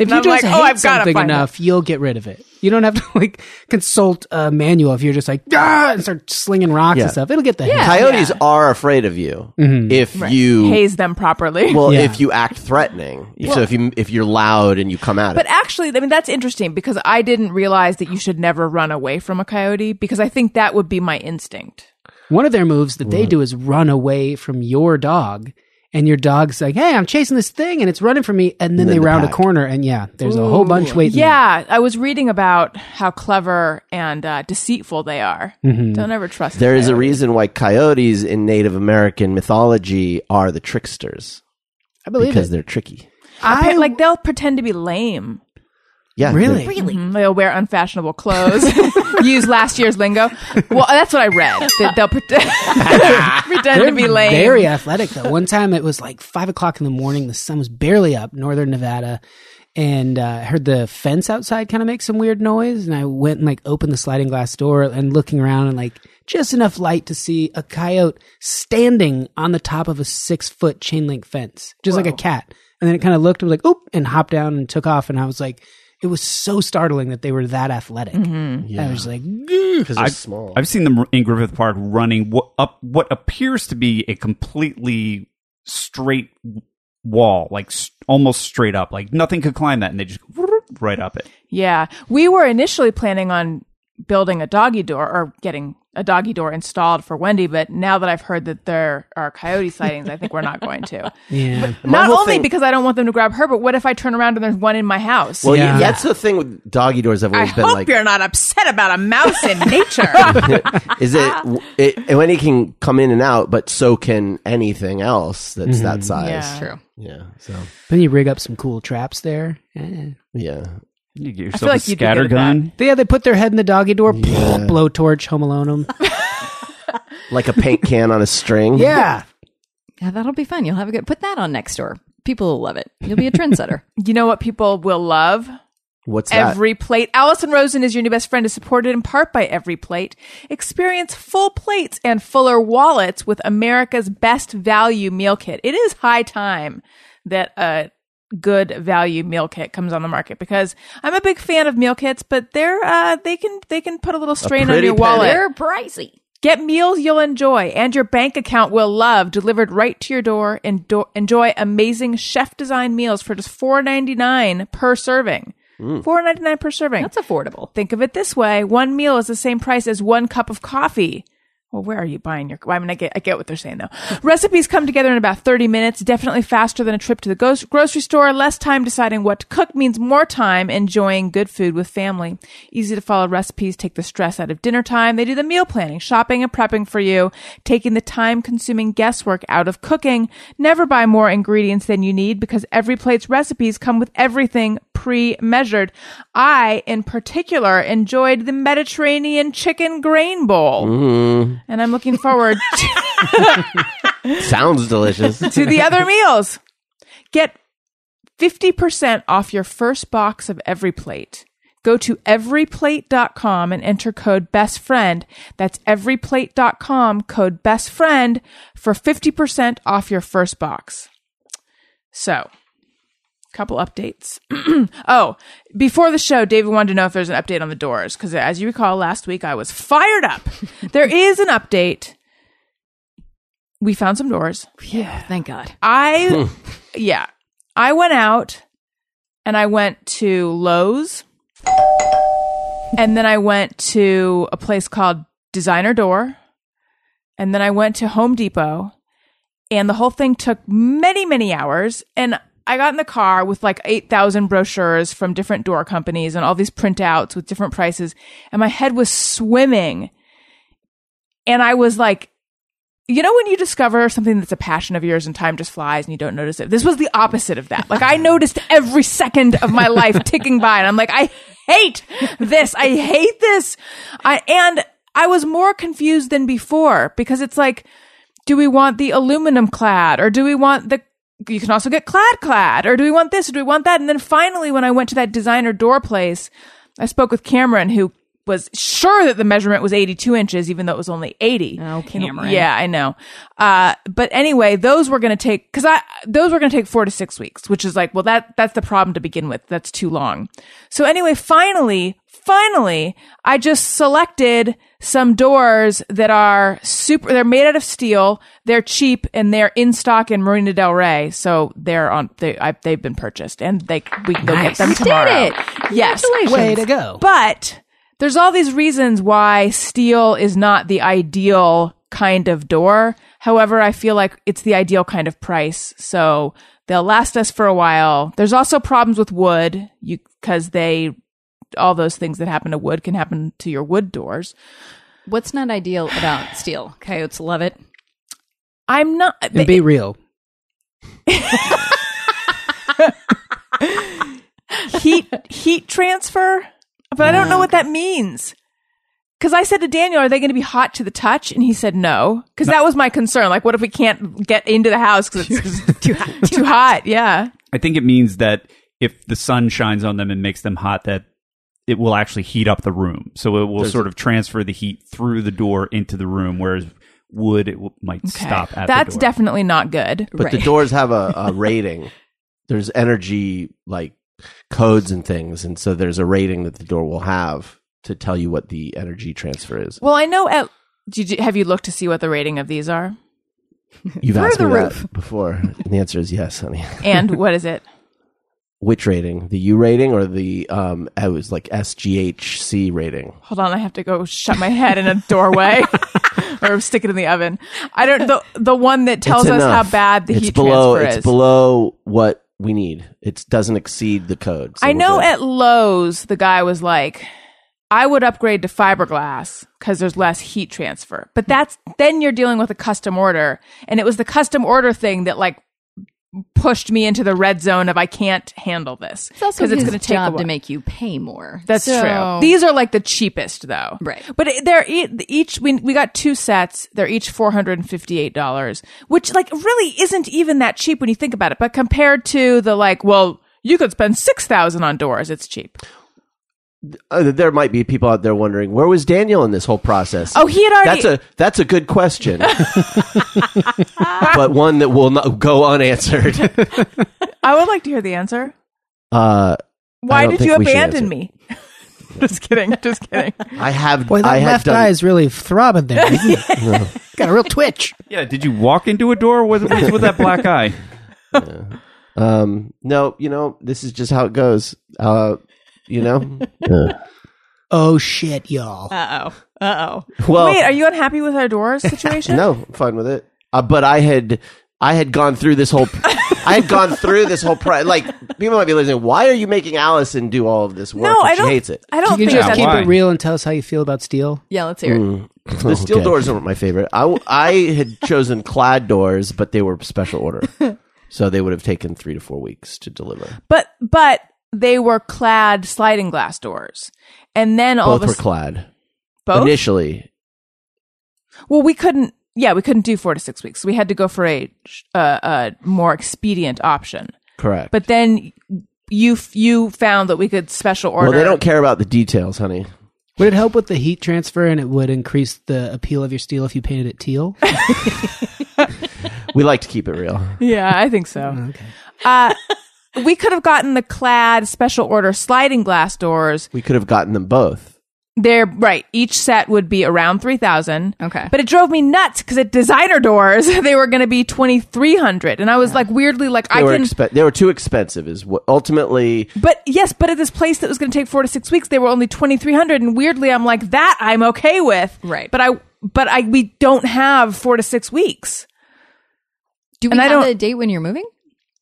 D: If you
B: I'm
D: just
B: like,
D: hate
B: "Oh, I've gotta
D: something
B: find it."
D: enough, you'll get rid of it. You don't have to like consult a manual. If you're just like ah, and start slinging rocks
A: Yeah.
D: and stuff, it'll get the hang.
A: Coyotes are afraid of you if you
B: Haze them properly.
A: well
D: Mm-hmm. Yeah.
A: if you act threatening. so if you if you're loud and you come at
B: But
A: it,
B: actually, I mean, that's interesting because I didn't realize that you should never run away from a coyote because I think that would be my instinct.
D: One of their moves that they do is run away from your dog, and your dog's like, "Hey, I'm chasing this thing, and it's running from me." And then they round a corner, and yeah, there's a whole bunch waiting.
B: Yeah, I was reading about how clever and uh, deceitful they are.
D: Mm-hmm.
B: Don't ever trust.
A: there is a
B: coyote.
A: reason why coyotes in Native American mythology are the tricksters
D: I believe
A: because
D: it.
A: they're tricky.
B: Appa- like they'll pretend to be lame.
A: Yeah,
D: Really?
F: Really?
B: Mhm. They'll wear unfashionable clothes. Use last year's lingo. Well, that's what I read. That they'll pretend, pretend to be lame.
D: Very athletic though. One time it was like five o'clock in the morning. The sun was barely up, northern Nevada, and uh, I heard the fence outside kind of make some weird noise. And I went and like opened the sliding glass door and looking around and like just enough light to see a coyote standing on the top of a six foot chain link fence, just like a cat. And then it kind of looked and was like, oop, and hopped down and took off. And I was like, it was so startling that they were that athletic.
B: Mm-hmm.
D: I was like,
A: because they're
E: I've,
A: small.
E: I've seen them in Griffith Park running what, up what appears to be a completely straight wall, like s- almost straight up, like nothing could climb that, and they just right up it.
B: Yeah. We were initially planning on building a doggy door or getting a doggy door installed for Wendy, but now that I've heard that there are coyote sightings, I think we're not going to.
D: yeah.
B: Not
A: whole
B: only
A: thing-
B: because I don't want them to grab her, but what if I turn around and there's one in my house?
A: well,
D: Yeah.
A: yeah. that's the thing with doggy doors. I've
B: I
A: always been
B: hope
A: like,
B: you're not upset about a mouse in nature.
A: is it, it and when it can come in and out, but so can anything else that's
D: Mm-hmm.
A: that size.
B: Yeah.
F: True.
A: Yeah. So
D: Then you rig up some cool traps there. Eh.
A: yeah.
E: You get
B: feel
E: yourself
B: like
E: a
B: you'd be good at
E: scattergun.
D: Yeah, they put their head in the doggy door, blowtorch, home alone them.
A: Like a paint can on a string.
D: Yeah.
F: Yeah, that'll be fun. You'll have a good put that on next door. People will love it. You'll be a trendsetter.
B: you know what people will love?
A: What's that?
B: Every Plate. Allison Rosen is your new best friend is supported in part by Every Plate. Experience full plates and fuller wallets with America's best value meal kit. It is high time that a good value meal kit comes on the market because I'm a big fan of meal kits, but they're uh, they can they can put a little strain on
A: pretty
B: your
A: penny.
B: wallet.
F: They're pricey.
B: Get meals you'll enjoy and your bank account will love delivered right to your door. Endo- enjoy amazing chef designed meals for just $4.99 per serving. $4.99 per serving.
F: That's affordable.
B: Think of it this way: one meal is the same price as one cup of coffee. Well, where are you buying your? Well, I mean, I get, I get what they're saying though. Recipes come together in about thirty minutes. Definitely faster than a trip to the gos- grocery store. Less time deciding what to cook means more time enjoying good food with family. Easy to follow recipes take the stress out of dinner time. They do the meal planning, shopping, and prepping for you, taking the time-consuming guesswork out of cooking. Never buy more ingredients than you need because every plate's recipes come with everything pre-measured. I, in particular, enjoyed the Mediterranean chicken grain bowl, and I'm looking forward to,
A: Sounds delicious.
B: to the other meals. Get 50% off your first box of every plate. Go to everyplate.com and enter code BESTFRIEND. That's everyplate.com, code BESTFRIEND for 50% off your first box. So, couple updates. oh, before the show, David wanted to know if there's an update on the doors because, as you recall, last week I was fired up. there is an update. We found some doors.
F: Thank God.
B: I, yeah, I went out and I went to Lowe's and then I went to a place called Designer Door and then I went to Home Depot and the whole thing took many, many hours. And I got in the car with like 8,000 brochures from different door companies and all these printouts with different prices. And my head was swimming. And I was like, you know when you discover something that's a passion of yours and time just flies and you don't notice it this was the opposite of that like i noticed every second of my life ticking by and i'm like i hate this i hate this I, and i was more confused than before because it's like do we want the aluminum clad or do we want the you can also get clad clad or do we want this or do we want that and then finally when i went to that designer door place i spoke with cameron who was sure that the measurement was 82 inches even though it was only 80
F: Oh, Cameron.
B: yeah i know uh, but anyway those were going to take because i those were going to take four to six weeks which is like well that that's the problem to begin with that's too long so anyway finally finally i just selected some doors that are super they're made out of steel they're cheap and they're in stock in marina del rey so they're on they I, they've been purchased and they we can go get them tomorrow
F: Did it?
B: yes
D: Way to go.
B: but there's all these reasons why steel is not the ideal kind of door. However, I feel like it's the ideal kind of price. So they'll last us for a while. There's also problems with wood you cuz they all those things that happen to wood can happen to your wood doors.
F: What's not ideal about steel? Coyotes love it.
B: I'm not
D: and be real.
B: heat heat transfer, but I don't know what that means. Because I said to Daniel, "Are they going to be hot to the touch?" And he said, "No," because that was my concern. Like, what if we can't get into the house because it's just too hot? Too hot, yeah.
E: I think it means that if the sun shines on them and makes them hot, that it will actually heat up the room. So it will sort of transfer the heat through the door into the room, whereas wood it will, might stop at
B: That's
E: the door.
B: definitely not good.
A: But the
F: Right.
A: doors have a, a rating. There's energy like codes and things, and so there's a rating that the door will have to tell you what the energy transfer is.
B: Well, I know. At did you, have you looked to see what the rating of these are?
A: You've
F: Through
A: asked me
F: the
A: that before, and the answer is yes, honey.
B: And what is it?
A: Which rating? The U rating or the um? I was like SGHC rating.
B: Hold on, I have to go shut my head in a doorway or stick it in the oven. I don't the the one that tells
A: It's
B: us how
A: enough.
B: bad the
A: it's
B: heat
A: below,
B: transfer
A: it's
B: is.
A: below what we need. It doesn't exceed the code. so
B: I
A: we're
B: know
A: good.
B: at Lowe's, the guy was like, I would upgrade to fiberglass because there's less heat transfer. But that's then you're dealing with a custom order. And it was the custom order thing that like pushed me into the red zone of I can't handle this.
F: It's also his
B: gonna a
F: job
B: while.
F: to make you pay more.
B: That's
F: So-
B: true. These are like the cheapest though.
F: Right.
B: But it- they're e- each we we got two sets. They're each $458, which like really isn't even that cheap when you think about it. But compared to the like, well, you could spend 6000 on doors. It's cheap.
A: Uh, there might be people out there wondering where was Daniel in this whole process.
B: Oh, he had already
A: that's a that's a good question, but one that will not go unanswered.
B: I would like to hear the answer.
A: Uh,
B: Why
A: don't
B: did
A: think
B: you
A: we should
B: abandon
A: answer.
B: me? just kidding. Just kidding.
A: I have
D: Boy, that
A: I have
D: left
A: done,
D: eye is really throbbing there. isn't it? Got a real twitch.
E: Yeah, did you walk into a door with, with that black eye?
A: Um, no, you know this is just how it goes. Uh, you know, Uh,
D: Oh shit, y'all.
F: Uh oh. Uh oh.
A: well,
B: Wait, are you unhappy with our doors situation?
A: no, I'm fine with it. Uh, but I had I had gone through this whole I had gone through this whole pri- like people might be listening. Why are you making Allison do all of this work?
B: no,
A: if
B: I
A: she
B: don't.
A: hates it.
B: I don't
D: you
B: think
D: can just
B: that's
E: why?
D: keep it real and tell us how you feel about steel.
F: Yeah, let's hear
A: Mm.
F: it.
A: The steel doors weren't my favorite. I, w- I had chosen clad doors, but they were special order. So they would have taken three to four weeks to deliver.
B: But but they were clad sliding glass doors, and then all
A: Both
B: of a
A: were
B: s-
A: clad
B: both.
A: initially.
B: well, we couldn't. Yeah, we couldn't do four to six weeks. We had to go for a uh, uh, more expedient option.
A: Correct.
B: But then you f- you found that we could special order.
A: well, they don't care about the details, honey.
D: Would it help with the heat transfer and it would increase the appeal of your steel if you painted it teal?
A: We like to keep it real.
B: Yeah, I think so. Uh, we could have gotten the clad special order sliding glass doors.
A: We could have gotten them both.
B: They're right. Each set would be around three thousand.
F: Okay.
B: but it drove me nuts because at designer doors they were going to be twenty three hundred, and I was like weirdly like
A: They
B: I
A: were
B: can.
A: expe- they were too expensive. Is what ultimately
B: but yes, but at this place that was going to take four to six weeks, they were only twenty three hundred, and weirdly I'm like that I'm okay with.
F: Right.
B: but I but I we don't have four to six weeks.
F: Do we
B: And I
F: have
B: don't-
F: a date when you're moving?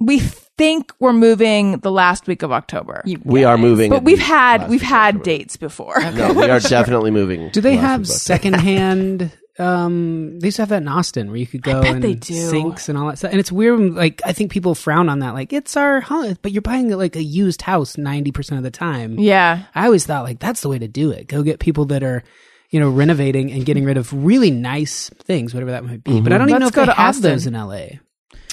B: We think we're moving the last week of October.
A: we are moving.
B: but
A: in
B: we've
A: the
B: had
A: last
B: we've
A: week.
B: had dates before.
A: No, we are definitely moving.
D: Do they
A: last
D: have
A: week.
D: secondhand um they used to have that in Austin where you could go
B: bet
D: and
B: they do.
D: sinks and all that stuff. And it's weird when, like I think people frown on that. Like it's our hol- but you're buying like a used house ninety percent of the time.
B: Yeah.
D: I always thought like that's the way to do it. Go get people that are, you know, renovating and getting rid of really nice things, whatever that might be. But I don't even
B: Let's
D: know if
B: go
D: they
B: to
D: have
B: Austin.
D: those in LA.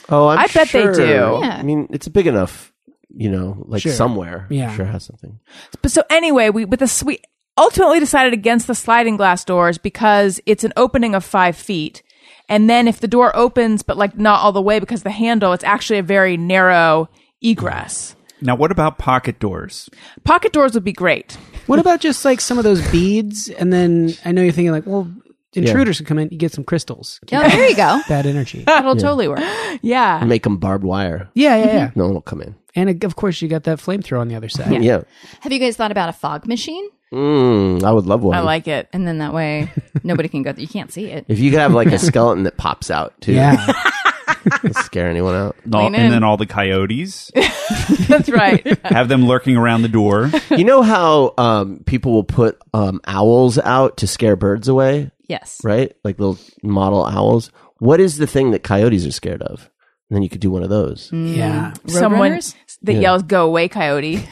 A: Oh, I'm
B: I bet they
A: sure.
B: do.
A: I mean, it's big enough, you know, like
D: Sure.
A: somewhere.
D: Yeah.
A: Sure has something.
B: But so anyway, we with the we ultimately decided against the sliding glass doors because it's an opening of five feet. And then if the door opens, but like not all the way because the handle, it's actually a very narrow egress.
E: Now, what about pocket doors?
B: Pocket doors would be great.
D: What about just like some of those beads? And then I know you're thinking like, well, intruders could come in, you get some crystals,
C: No, there you go.
D: bad energy.
C: That'll totally work.
B: Yeah.
A: Make them barbed wire.
D: Yeah, yeah, yeah.
A: No one will come in.
D: And of course, you got that flamethrower on the other side.
A: Mm-hmm. Yeah.
F: Have you guys thought about a fog machine?
A: Mm, I would love one.
B: I like it.
F: And then that way nobody can go. You can't see it.
A: If you could have like a skeleton that pops out too.
D: Yeah.
A: Don't Scare anyone out.
E: All-
F: Lean in.
E: and then all the coyotes
B: That's right.
E: have them lurking around the door.
A: You know how um, people will put um, owls out to scare birds away,
F: Yes.
A: right? Like little model owls. What is the thing that coyotes are scared of? And then you could do one of those.
D: yeah.
B: Someone
F: Roadrunners?
B: that yells, go away, coyote.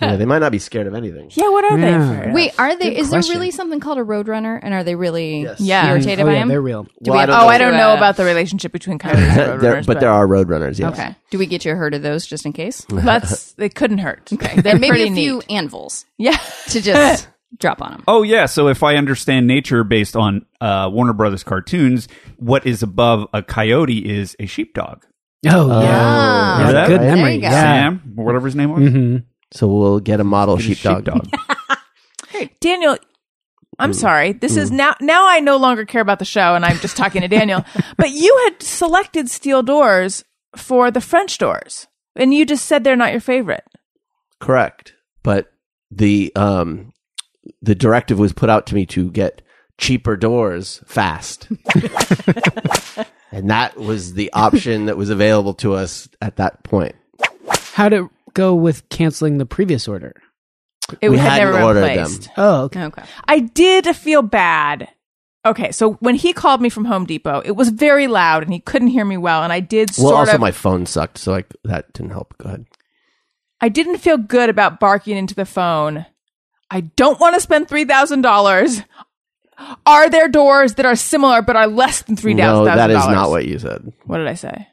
A: Yeah, they might not be scared of anything.
B: Yeah, what are
D: Yeah.
B: they? for?
F: Wait, are they? Is
D: question.
F: there really something called a roadrunner? And are they really
A: Yes.
B: Yeah.
F: irritated
D: Oh,
F: by
D: yeah,
F: him?
D: they're real.
F: Do
A: Well,
F: we
A: I
F: have
A: don't
B: Oh, I
F: to,
B: don't know
F: uh,
B: about the relationship between coyotes and
A: There-
B: roadrunners,
A: but there are roadrunners, yes.
F: Okay. Do we get you a herd of those just in case?
B: Let's. It couldn't hurt. Okay,
F: And maybe a few anvils
B: Yeah,
F: to just drop on them.
E: Oh yeah, so if I understand nature based on uh, Warner Brothers cartoons, what is above a coyote is a sheepdog.
D: Oh, yeah.
A: Oh,
E: Yeah,
A: right.
D: good
A: Right?
D: memory.
F: you go.
D: Yeah.
E: Sam, or whatever his name was,
D: hmm
A: So we'll get a model
E: Get a
A: sheepdog.
B: Daniel.
A: Mm.
B: I'm sorry. This is now. Now I no longer care about the show, and I'm just talking to Daniel. but you had selected steel doors for the French doors, and you just said they're not your favorite.
A: Correct. But the um the directive was put out to me to get cheaper doors fast. and that was the option that was available to us at that point.
D: How'd it go with canceling the previous order?
B: It
A: We
B: had
A: hadn't
B: never
A: ordered
B: been
A: them.
B: placed.
D: Oh, okay.
F: Okay.
B: I did feel bad. Okay, so when he called me from Home Depot, it was very loud, and he couldn't hear me well, and I did sort
A: well, also
B: of.
A: my phone sucked, so like that didn't help. Go ahead.
B: I didn't feel good about barking into the phone. I don't want to spend three thousand dollars. Are there doors that are similar but are less than three
A: No,
B: thousand dollars?
A: that is not what you said.
B: What did I say?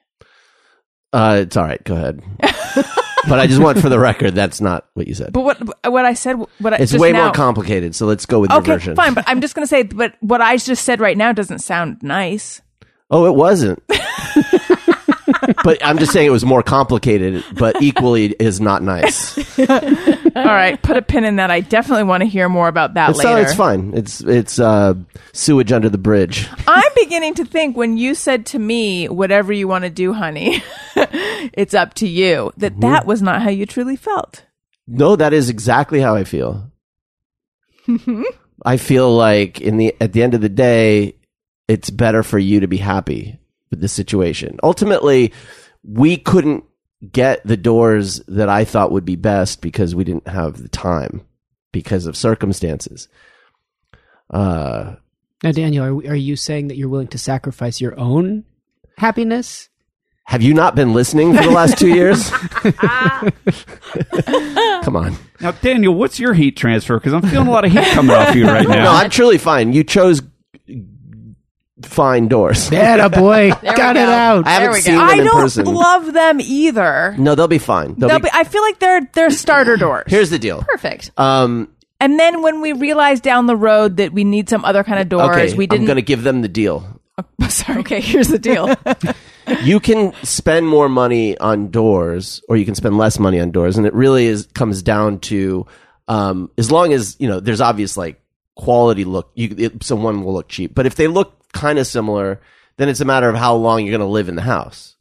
A: Uh, it's all right. Go ahead. but I just want for the record, that's not what you said.
B: But what what I said? What I,
A: it's
B: just
A: way
B: now-
A: more complicated. So let's go with your
B: Okay,
A: version.
B: fine. But I'm just gonna say, but what I just said right now doesn't sound nice.
A: Oh, it wasn't. but I'm just saying it was more complicated, but equally is not nice.
B: All right, put a pin in that. I definitely want to hear more about that
A: uh, It's,
B: later.
A: not, it's fine. It's it's uh, sewage under the bridge.
B: I'm beginning to think when you said to me, "Whatever you want to do, honey, it's up to you," that that was not how you truly felt.
A: No, that is exactly how I feel. I feel like in the at the end of the day, it's better for you to be happy with the situation. Ultimately, we couldn't get the doors that I thought would be best because we didn't have the time because of circumstances. Uh
D: Now, Daniel, are, we- are you saying that you're willing to sacrifice your own happiness?
A: Have you not been listening for the last two years? Come on.
E: Now, Daniel, what's your heat transfer? Because I'm feeling a lot of heat coming off you right now.
A: No, I'm truly fine. You chose fine doors.
D: Yeah, da boy.
F: we
D: Got it
F: go.
D: out.
A: I haven't
F: we go.
A: seen them
B: I
A: in
B: don't
A: person.
B: love them either.
A: no, they'll be fine. They'll
B: No,
A: be-
B: but I feel like they're they're starter doors.
A: Here's the deal.
F: Perfect.
A: Um,
B: and then when we realized down the road that we need some other kind of doors,
A: okay,
B: we didn't.
A: I'm going to give them the deal.
B: sorry.
F: Okay, here's the deal.
A: You can spend more money on doors, or you can spend less money on doors, and it really is comes down to um, as long as you know there's obvious like quality look. You, it, someone will look cheap, but if they look kind of similar, then it's a matter of how long you're going to live in the house.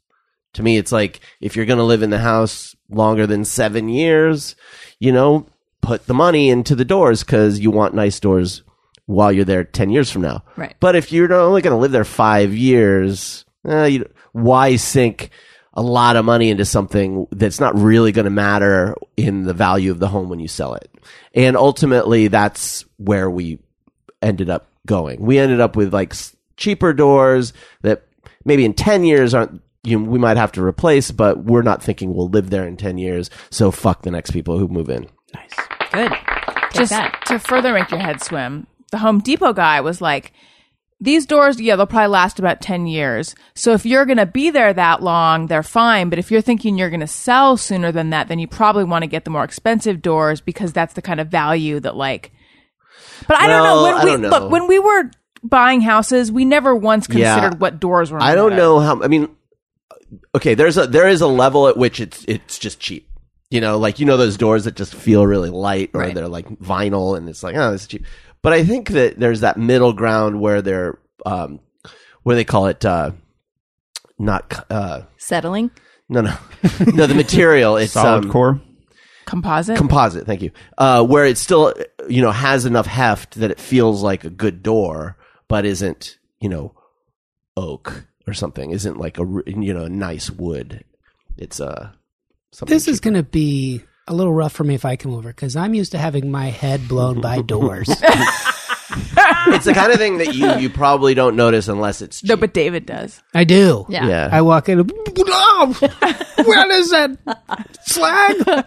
A: To me, it's like if you're going to live in the house longer than seven years, you know, put the money into the doors because you want nice doors while you're there 10 years from now.
F: Right.
A: But if you're only going to live there five years, eh, you, why sink a lot of money into something that's not really going to matter in the value of the home when you sell it? And ultimately, that's where we ended up going. We ended up with like s- cheaper doors that maybe in 10 years aren't you we might have to replace, but we're not thinking we'll live there in 10 years. So fuck the next people who move in.
F: Good. Take
B: just
F: that.
B: to further make your head swim, the Home Depot guy was like, these doors, yeah, they'll probably last about 10 years. So if you're going to be there that long, they're fine. But if you're thinking you're going to sell sooner than that, then you probably want to get the more expensive doors because that's the kind of value that, like, but I
A: Well,
B: don't know.
A: I
B: When we,
A: don't know.
B: Look, when we were buying houses, we never once
A: Yeah.
B: considered what doors were.
A: I don't
B: made of.
A: know how I mean okay, there's a there is a level at which it's it's just cheap. You know, like you know those doors that just feel really light or they're like vinyl and it's like, oh, it's cheap. But I think that there's that middle ground where they're um what do they call it uh not c- uh
F: Settling.
A: no no no the material it's
E: Solid
A: um,
E: core.
B: Composite?
A: composite thank you uh, where it still you know has enough heft that it feels like a good door but isn't you know oak or something isn't like a r- you know nice wood it's uh something
D: This is going to be a little rough for me if I come over because I'm used to having my head blown by doors.
A: cheaper. it's the kind of thing that you you probably don't notice unless it's cheap.
B: no, but David does.
D: I do.
F: Yeah.
A: yeah
D: I walk in. Where is that slag?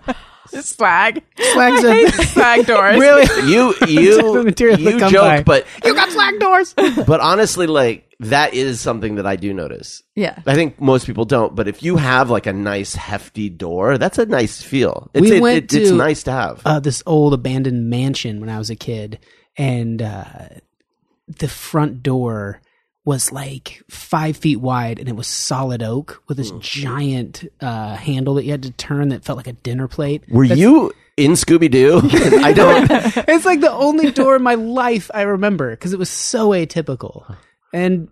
B: Slag.
D: Slag's
B: I
D: a
B: hate slag doors.
D: really.
A: you
D: The
A: you
D: material
A: you
D: that come
A: joke
D: by.
A: but
D: You got slag doors.
A: but honestly like that is something that I do notice
F: Yeah.
A: I think most people don't, but if you have like a nice hefty door, that's a nice feel. It's,
D: We
A: it-
D: went
A: it- it's
D: to-
A: nice to have.
D: uh, this old abandoned mansion when I was a kid, and uh, the front door was like five feet wide, and it was solid oak with this giant uh, handle that you had to turn that felt like a dinner plate.
A: Were you in Scooby Doo? I don't.
D: it's like the only door in my life I remember because it was so atypical, and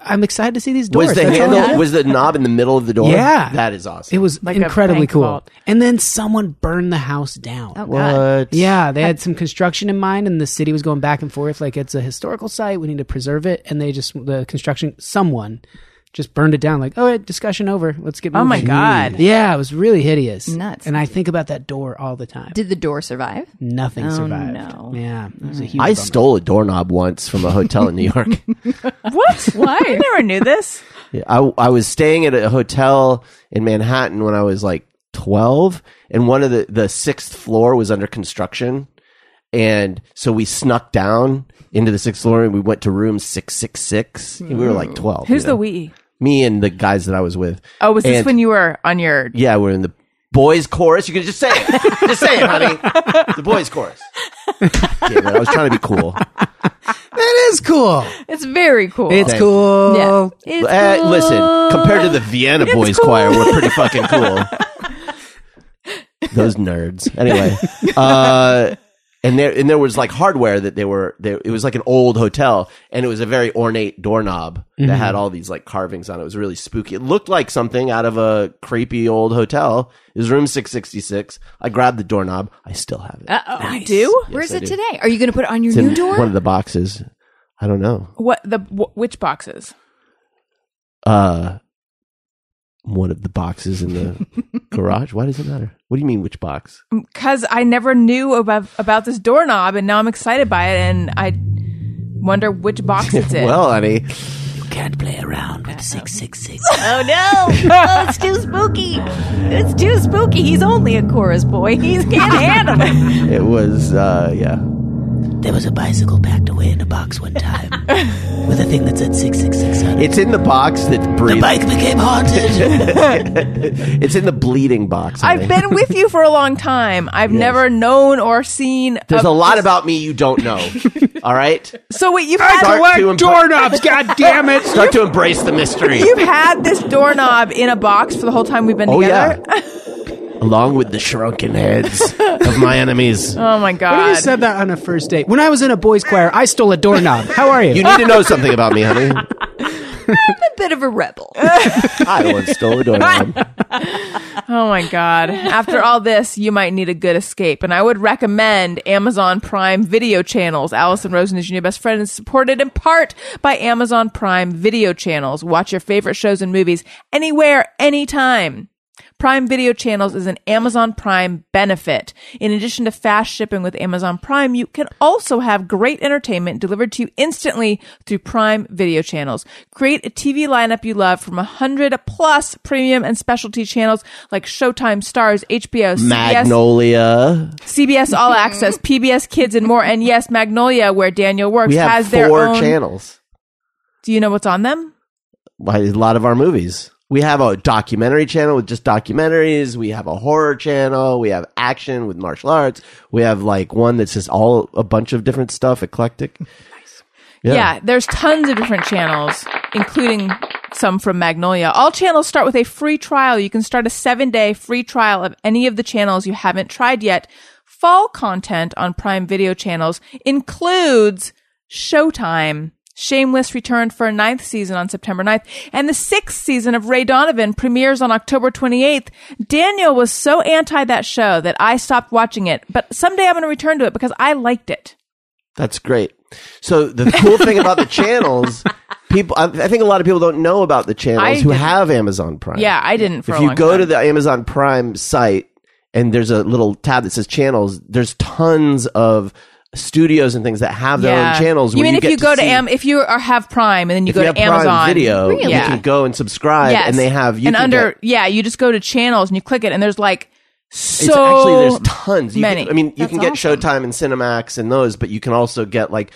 D: I'm excited to see these doors.
A: Was the
D: That's all I have.
A: handle? Was the knob in the middle of the door?
D: Yeah.
A: that is awesome.
D: It was
B: Like a
D: incredibly
B: bank
D: cool.
B: vault.
D: And then someone burned the house down.
F: Oh, God.
A: what?
D: Yeah, they had some construction in mind, and the city was going back and forth. Like it's a historical site, we need to preserve it, and they just the construction someone just burned it down. Like, oh, yeah, discussion over. Let's get.
B: Oh my
D: moving."
B: God.
D: Yeah, it was really hideous.
F: Nuts.
D: And I think about that door all the time.
F: Did the door survive?
D: Nothing
F: Oh,
D: survived.
F: no.
D: Yeah, it was a huge.
A: I
D: bummer.
A: stole a doorknob once from a hotel in New York.
B: What? Why? I never knew this.
A: Yeah, I, I was staying at a hotel in Manhattan when I was like 12, and one of the, the sixth floor was under construction. And so we snuck down into the sixth floor and we went to room 666. And we were like 12.
B: Who's
A: you
B: Hmm. the
A: know?
B: we?
A: Me and the guys that I was with.
B: Oh, was this
A: And-
B: when you were on your
A: Yeah, we're in the boys' chorus. You can just say it. just say it, honey. The boys' chorus. Damn it, I was trying to be cool.
D: That is cool.
F: It's very cool.
D: It's
A: Thank-
D: cool.
F: yeah.
A: Eh, Listen, compared to the Vienna Boys Choir, we're pretty fucking cool. Those nerds. Anyway, uh, and there and there was like hardware that they were. They, it was like an old hotel, and it was a very ornate doorknob that had all these like carvings on it. It was really spooky. It looked like something out of a creepy old hotel. It was room six sixty six. I grabbed the doorknob. I still have it.
F: Uh-oh.
B: you do?
F: Where's
A: I
F: it
A: do.
F: today? Are you going to put it on your
A: It's in
F: Uh, new door?
A: one of the boxes. I don't know.
B: What the wh- which boxes?
A: uh one of the boxes in the garage why does it matter what do you mean which box
B: Because I never knew about about this doorknob, and now I'm excited by it, and I wonder which box it's in.
A: well i mean
D: You can't play around with six six six.
F: Oh no! Oh, it's too spooky. It's too spooky. He's only a chorus boy. He can't handle it.
A: it was uh yeah
D: There was a bicycle packed away in a box one time with a thing that said six six six on it.
A: it's in the box that's breathing
D: became haunted.
A: it's in the bleeding box I
B: I've
A: think.
B: been with you for a long time. I've never known or seen.
A: there's a lot about me you don't know all right
B: So wait, you've had
A: Start to, em-
D: Doorknobs, god damn it!
A: start to embrace the mystery
B: you've had this doorknob in a box for the whole time we've been
A: oh yeah
B: together.
A: along with the shrunken heads of my enemies
B: Oh my
D: What if you
B: god!
D: said that on a first date? When I was in a boys' choir, I stole a doorknob. How are you?
A: you need to know something about me honey
F: I'm a bit of a rebel.
A: i once stole a doorknob
B: Oh my god! After all this, you might need a good escape, and I would recommend Amazon Prime Video channels. Allison Rosen is your new best friend, is supported in part by Amazon Prime Video channels. Watch your favorite shows and movies anywhere, anytime. Prime Video Channels is an Amazon Prime benefit. In addition to fast shipping with Amazon Prime, you can also have great entertainment delivered to you instantly through Prime Video Channels. Create a TV lineup you love from 100 plus premium and specialty channels like Showtime, Stars, HBO, CBS,
A: Magnolia.
B: CBS All Access, PBS Kids, and more. And yes, Magnolia, where Daniel works,
A: We have
B: has
A: four
B: their own.
A: channels.
B: Do you know what's on them?
A: Why, A lot of our movies. We have a documentary channel with just documentaries. We have a horror channel. We have action with martial arts. We have like one that's just all a bunch of different stuff, eclectic.
B: Yeah. there's tons of different channels, including some from Magnolia. All channels start with a free trial. You can start a seven day free trial of any of the channels you haven't tried yet. Fall content on Prime Video channels includes Showtime. Shameless returned for a ninth season on September 9th, and the sixth season of Ray Donovan premieres on October 28th. Daniel was so anti that show that I stopped watching it, but someday I'm going to return to it because I liked it.
A: That's great. So the cool thing about the channels, people, I, I think a lot of people don't know about the channels
B: I
A: who
B: didn't.
A: have Amazon Prime.
B: Yeah, I didn't for
A: if
B: a
A: you
B: long
A: go
B: time.
A: to the Amazon Prime site and there's a little tab that says channels, there's tons of studios and things that have their own channels.
B: You
A: where
B: mean if
A: get
B: you go to
A: see-
B: Am, if you are, have Prime and then you
A: if
B: go
A: you have
B: to Amazon
A: Prime Video, you
B: Yeah.
A: can go and subscribe,
B: yes,
A: and they have you
B: and
A: can
B: under
A: get-
B: yeah, you just go to channels and you click it, and there's like so
A: it's actually there's tons. You
B: many.
A: Can, I mean, you can get Showtime and Cinemax and those, but you can also get like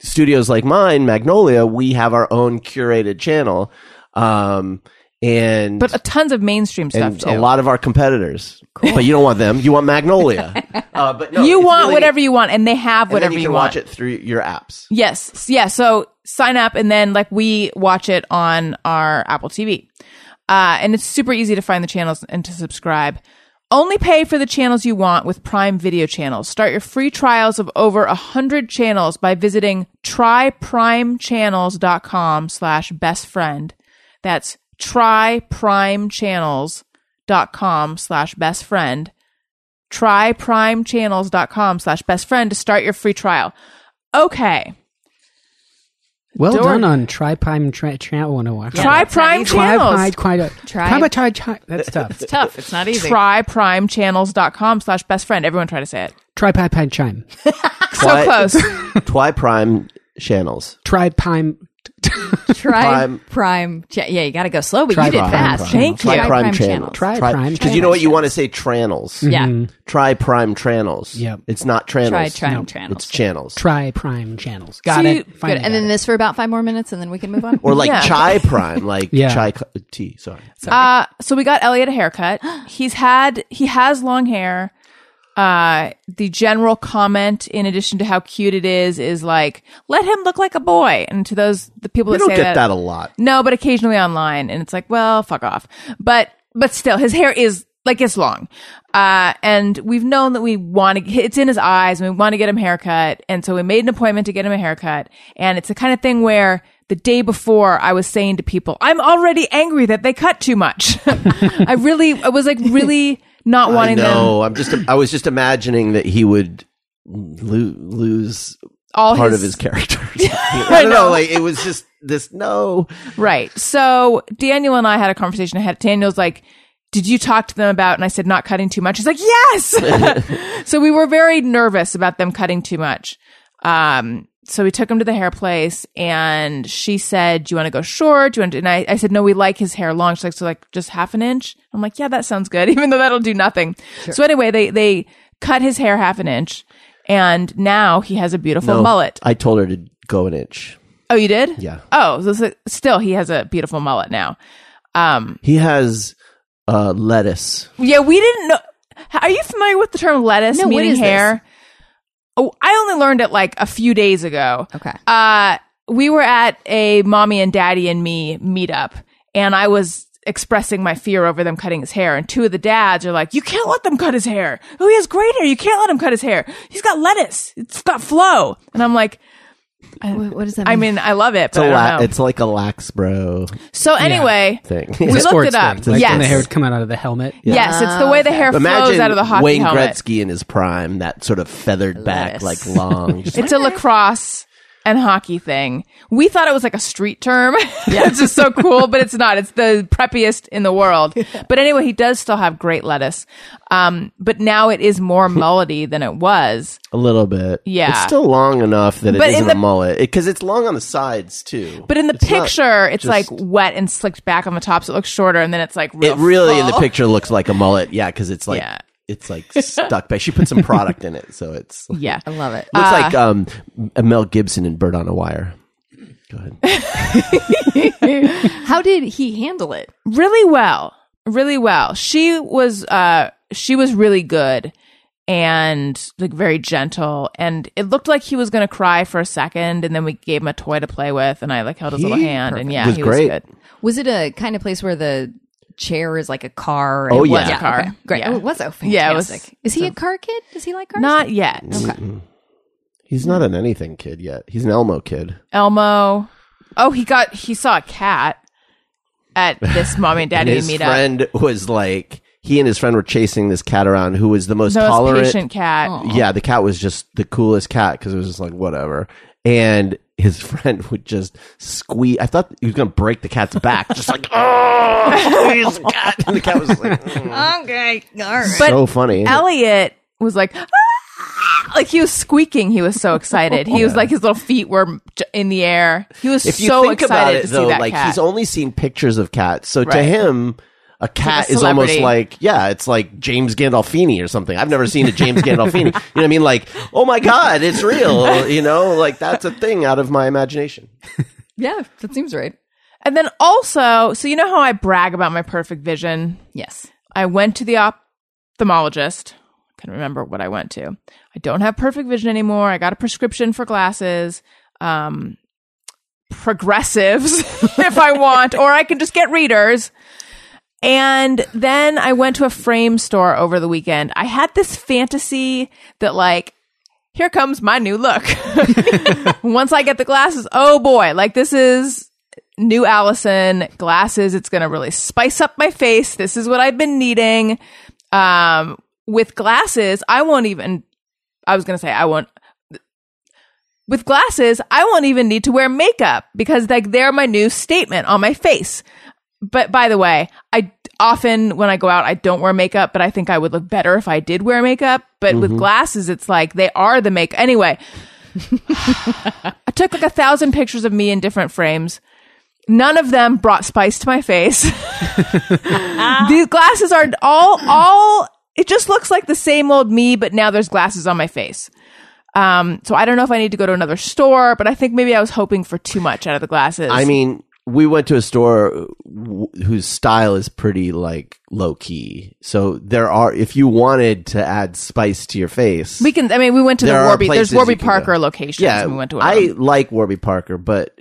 A: studios like mine, Magnolia. We have our own curated channel, um, and
B: but tons of mainstream stuff
A: and
B: too.
A: a lot of our competitors. But you don't want them. You want Magnolia. uh, but no,
B: you
A: it's
B: want
A: really-
B: whatever you want, and they have
A: and
B: whatever
A: then you can
B: want.
A: watch it through your apps.
B: Yes. S- Yeah. So sign up and then like we watch it on our Apple TV. Uh, and it's super easy to find the channels and to subscribe. Only pay for the channels you want with Prime Video channels. Start your free trials of over 100 channels by visiting tryprimechannels.com slash best friend. That's tryprimechannels.com slash best friend tryprimechannels.com slash best friend to start your free trial. Okay.
D: Well
B: Door-
D: done on TriPime tra- Channel 101.
B: Try Prime Channels.
D: Quite, quite,
F: Try-
D: Prime, try, try, that's tough.
F: It's tough. It's not easy.
B: Tryprimechannels.com slash best friend. Everyone try to say it.
D: try Pime Pine Chime.
B: So close.
A: Twi Prime channels.
D: Try Pime.
F: Try
A: Prime-
F: prime. cha- yeah, you got to go slow, but
D: Try
F: you did
D: prime,
F: fast.
D: prime.
B: Thank you.
A: Try
F: Try
A: Prime,
F: Prime
A: channels.
F: Channels.
D: Try Prime
A: Because you know what? You want to say channels.
F: Yeah.
A: Try Prime channels.
D: Yep.
A: It's not channels.
F: Try Prime
A: It's
F: Channels.
A: channels.
D: Try Prime Channels. Got
B: See,
D: it.
B: good.
D: Finally got
F: And then
D: it.
F: this for about five more minutes, and then we can move on.
A: or like
B: Yeah.
A: chai prime, like
D: Yeah.
A: chai co- tea. Sorry.
B: Uh, so we got Elliot a haircut. He's had, he has long hair. Uh, the general comment, in addition to how cute it is, is like, let him look like a boy. And to those, the people
A: We
B: that
A: don't
B: say
A: get that a lot.
B: No, but occasionally online, and it's like, well, fuck off. But but still, his hair is like it's long, uh, and we've known that we want to. It's in his eyes, and we want to get him a haircut, and so we made an appointment to get him a haircut. And it's the kind of thing where the day before, I was saying to people, I'm already angry that they cut too much. I really, I was like, really not
A: I
B: wanting them
A: know. I'm just. I was just imagining that he would lo- lose
B: all
A: part
B: his,
A: of his character. I don't know. Like it was just this. No.
B: Right. So Daniel and I had a conversation. I had Daniel's like, "Did you talk to them about?" And I said, "Not cutting too much." He's like, "Yes." so we were very nervous about them cutting too much. Um, so we took him to the hair place, and she said, "Do you want to go short? Do you want?" To? And I, I said, "No, we like his hair long." She's like, "So like just half an inch?" I'm like, "Yeah, that sounds good," even though that'll do nothing. So anyway, they they cut his hair half an inch, and now he has a beautiful
A: no.
B: mullet.
A: I told her to go an inch.
B: Oh, you did?
A: Yeah.
B: Oh, so s- still he has a beautiful mullet now. Um,
A: He has uh, lettuce.
B: yeah, we didn't know. Are you familiar with the term lettuce
F: No, what
B: meaning
F: is this?
B: hair? Oh, I only learned it like a few days ago.
F: Okay.
B: Uh, we were at a mommy and daddy and me meetup, and I was expressing my fear over them cutting his hair. And two of the dads are like, "You can't let them cut his hair. Oh, he has great hair. You can't let him cut his hair. He's got lettuce. It's got flow." And I'm like,
F: What, what does that mean?
B: I mean, I love it,
A: It's,
B: but
A: a
B: I
A: la-
B: don't know.
A: it's like a lax bro
B: so anyway,
A: thing.
B: we looked
D: Sports
B: it up.
D: thing, Like
B: yes.
D: when the hair would come out of the helmet.
B: Yes, it's the way the hair flows
A: Imagine
B: out of the hockey
A: Wayne
B: helmet.
A: Gretzky in his prime, that sort of feathered back, like long. just
B: It's a lacrosse and hockey thing. We thought it was like a street term. Yeah. it's just so cool, but it's not. It's the preppiest in the world. But anyway, he does still have great lettuce. Um, but now it is more mullety than it was.
A: A little bit.
B: Yeah.
A: It's still long enough that it
B: But in
A: isn't
B: the-
A: a mullet because it's long on the sides too.
B: But in the
A: not
B: picture, it's like
A: just-
B: wet and slicked back on the top, so it looks shorter, and then it's like real
A: it really in the
B: full.
A: picture looks like a mullet. Yeah, because it's like
B: Yeah.
A: it's like stuck back. She put some product in it, so it's looks
B: Yeah,
F: I love it.
B: Ah.
A: like um Mel Gibson and Bird on a Wire. Go ahead.
F: How did he handle it?
B: really well, really well. She was, uh, she was really good and like very gentle, and it looked like he was gonna cry for a second, and then we gave him a toy to play with, and I like held his little
A: He-
B: hand, and yeah,
A: Was
B: he
A: great.
B: was good.
F: Was it a kind of place where the chair is like a car?
A: Oh,
F: It
A: yeah.
F: was
A: Yeah,
F: a car.
B: okay.
F: Great.
B: Yeah.
F: Oh, it was a fantastic.
B: Yeah, it was-
F: is he a car kid? Does he like cars?
B: Not yet,
A: He's not an anything kid yet. He's an Elmo kid.
B: Elmo. Oh, he got he saw a cat at this mommy and
A: And
B: daddy
A: his
B: meetup.
A: friend was like he and his friend were chasing this cat around who was the most
B: so
A: tolerant.
B: his patient cat.
A: Yeah, the cat was just the coolest cat because it was just like whatever. And his friend would just squeeze. I thought he was going to break the cat's back, just like oh, squeeze the cat. And the cat was like mm.
F: Okay. All right.
B: But
A: so funny.
B: Elliot was like, "Ah!" like he was squeaking. He was so excited. He was like his little feet were j- in the air. He was
A: if you
B: so
A: think
B: excited
A: about it,
B: to
A: though,
B: see that
A: like
B: cat.
A: he's only seen pictures of cats, so to
B: Right.
A: him. A cat is almost
B: celebrity.
A: like yeah, it's like James Gandolfini or something. I've never seen a James Gandolfini. You know what I mean? Like, oh my god, it's real. You know, like that's a thing out of my imagination.
F: yeah, that seems right.
B: and then also, so you know how I brag about my perfect vision.
F: Yes.
B: I went to the ophthalmologist. I can remember what I went to. I don't have perfect vision anymore. I got a prescription for glasses. Um, progressives if I want, or I can just get readers. And then I went to a frame store over the weekend. I had this fantasy that like here comes my new look. Once I get the glasses, oh boy, like this is new Allison glasses. It's going to really spice up my face. This is what I've been needing. Um, with glasses, I won't even, I was going to say, I won't, with glasses, I won't even need to wear makeup because like they're my new statement on my face. But by the way, I often when I go out, I don't wear makeup, but I think I would look better if I did wear makeup. But with glasses, it's like they are the make. Anyway, I took like a thousand pictures of me in different frames. None of them brought spice to my face. These glasses are all all. It just looks like the same old me, but now there's glasses on my face. Um, so I don't know if I need to go to another store, but I think maybe I was hoping for too much out of the glasses.
A: I mean, we went to a store w- whose style is pretty like low key. So there are, if you wanted to add spice to your face,
B: We can. I mean, we went to
A: There
B: the
A: are
B: Warby. There's
A: places
B: Warby
A: you can
B: Parker
A: go.
B: locations.
A: yeah,
B: we went to. one of
A: I
B: them.
A: like Warby Parker, but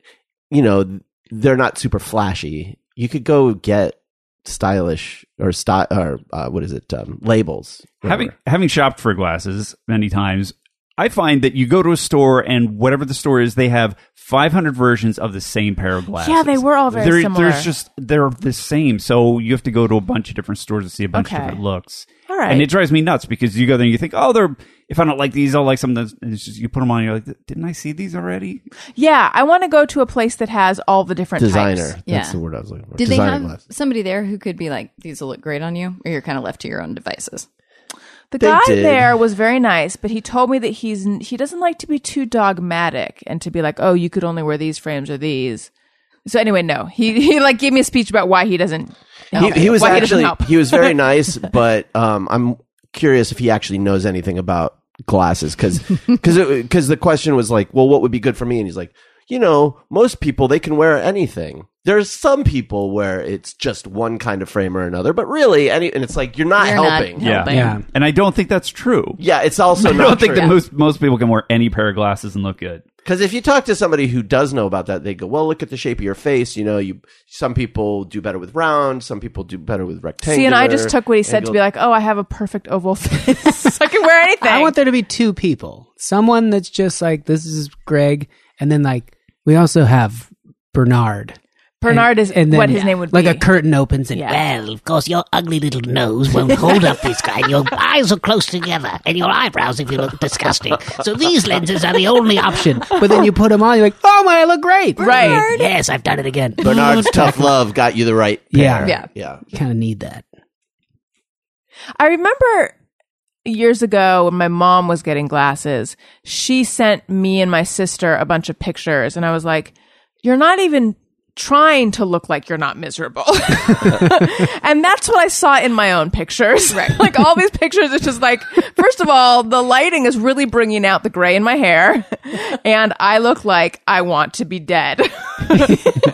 A: you know they're not super flashy. You could go get stylish or style or uh, what is it um, labels. whatever.
E: Having having shopped for glasses many times, I find that you go to a store and whatever the store is, they have 500 versions of the same pair of glasses.
B: Yeah, they were all very
E: They're-
B: similar.
E: There's just they're the same, so you have to go to a bunch of different stores to see a bunch
B: Okay.
E: of different looks.
B: All right.
E: and it drives me nuts because you go there and you think, oh, they're if I don't like these, I'll like something. That's, and it's just you put them on, and you're like, didn't I see these already?
B: yeah, I want to go to a place that has all the different
A: designer.
B: Types.
A: That's
F: Yeah.
A: the word I was looking for.
F: Did
A: designer
F: they have somebody there who could be like, "These will look great on you," or you're kind of left to your own devices?
B: The
A: They
B: guy
A: did.
B: there was very nice, but he told me that he's n- he doesn't like to be too dogmatic and to be like, oh, you could only wear these frames or these. So anyway, no, he he like gave me a speech about why he doesn't.
A: he,
B: help.
A: he was
B: Why he doesn't
A: actually
B: help.
A: he, was very nice, but um, I'm curious if he actually knows anything about glasses because because the question was like, well, what would be good for me? And he's like, you know, most people they can wear anything. There's some people where it's just one kind of frame or another, but really, any and it's like you're not
F: You're not
A: helping.
F: helping. Helping.
D: Yeah.
E: and I don't think that's true.
A: yeah, it's also
E: I don't
A: not
E: think
A: true.
E: that most most people can wear any pair of glasses and look good.
A: Because if you talk to somebody who does know about that, they go, "Well, look at the shape of your face. You know, you some people do better with round, some people do better with rectangular."
B: See, and I just took what he said to
A: angled."
B: be like, oh, I have a perfect oval face. I can wear anything.
D: I want there to be two people. Someone that's just like, this is Greg. And then, like, we also have Bernard.
B: Bernard is
D: and then-
B: what his name would
D: like
B: be.
D: a curtain opens and
B: Yeah.
G: Well, of course, your ugly little nose won't hold up this guy. and Your eyes are close together, and your eyebrows if you look disgusting. So these lenses are the only option.
D: but then you put them on, you're like, oh my, I look great.
B: right.
G: Yes, I've done it again.
A: Bernard's tough love got you the right
D: Yeah.
A: pair.
B: Yeah.
A: yeah.
D: Kind of need that.
B: I remember years ago when my mom was getting glasses, she sent me and my sister a bunch of pictures, and I was like, You're not even trying to look like you're not miserable. and that's what I saw in my own pictures. Right. like all these pictures, it's just like, first of all, the lighting is really bringing out the gray in my hair, and I look like I want to be dead.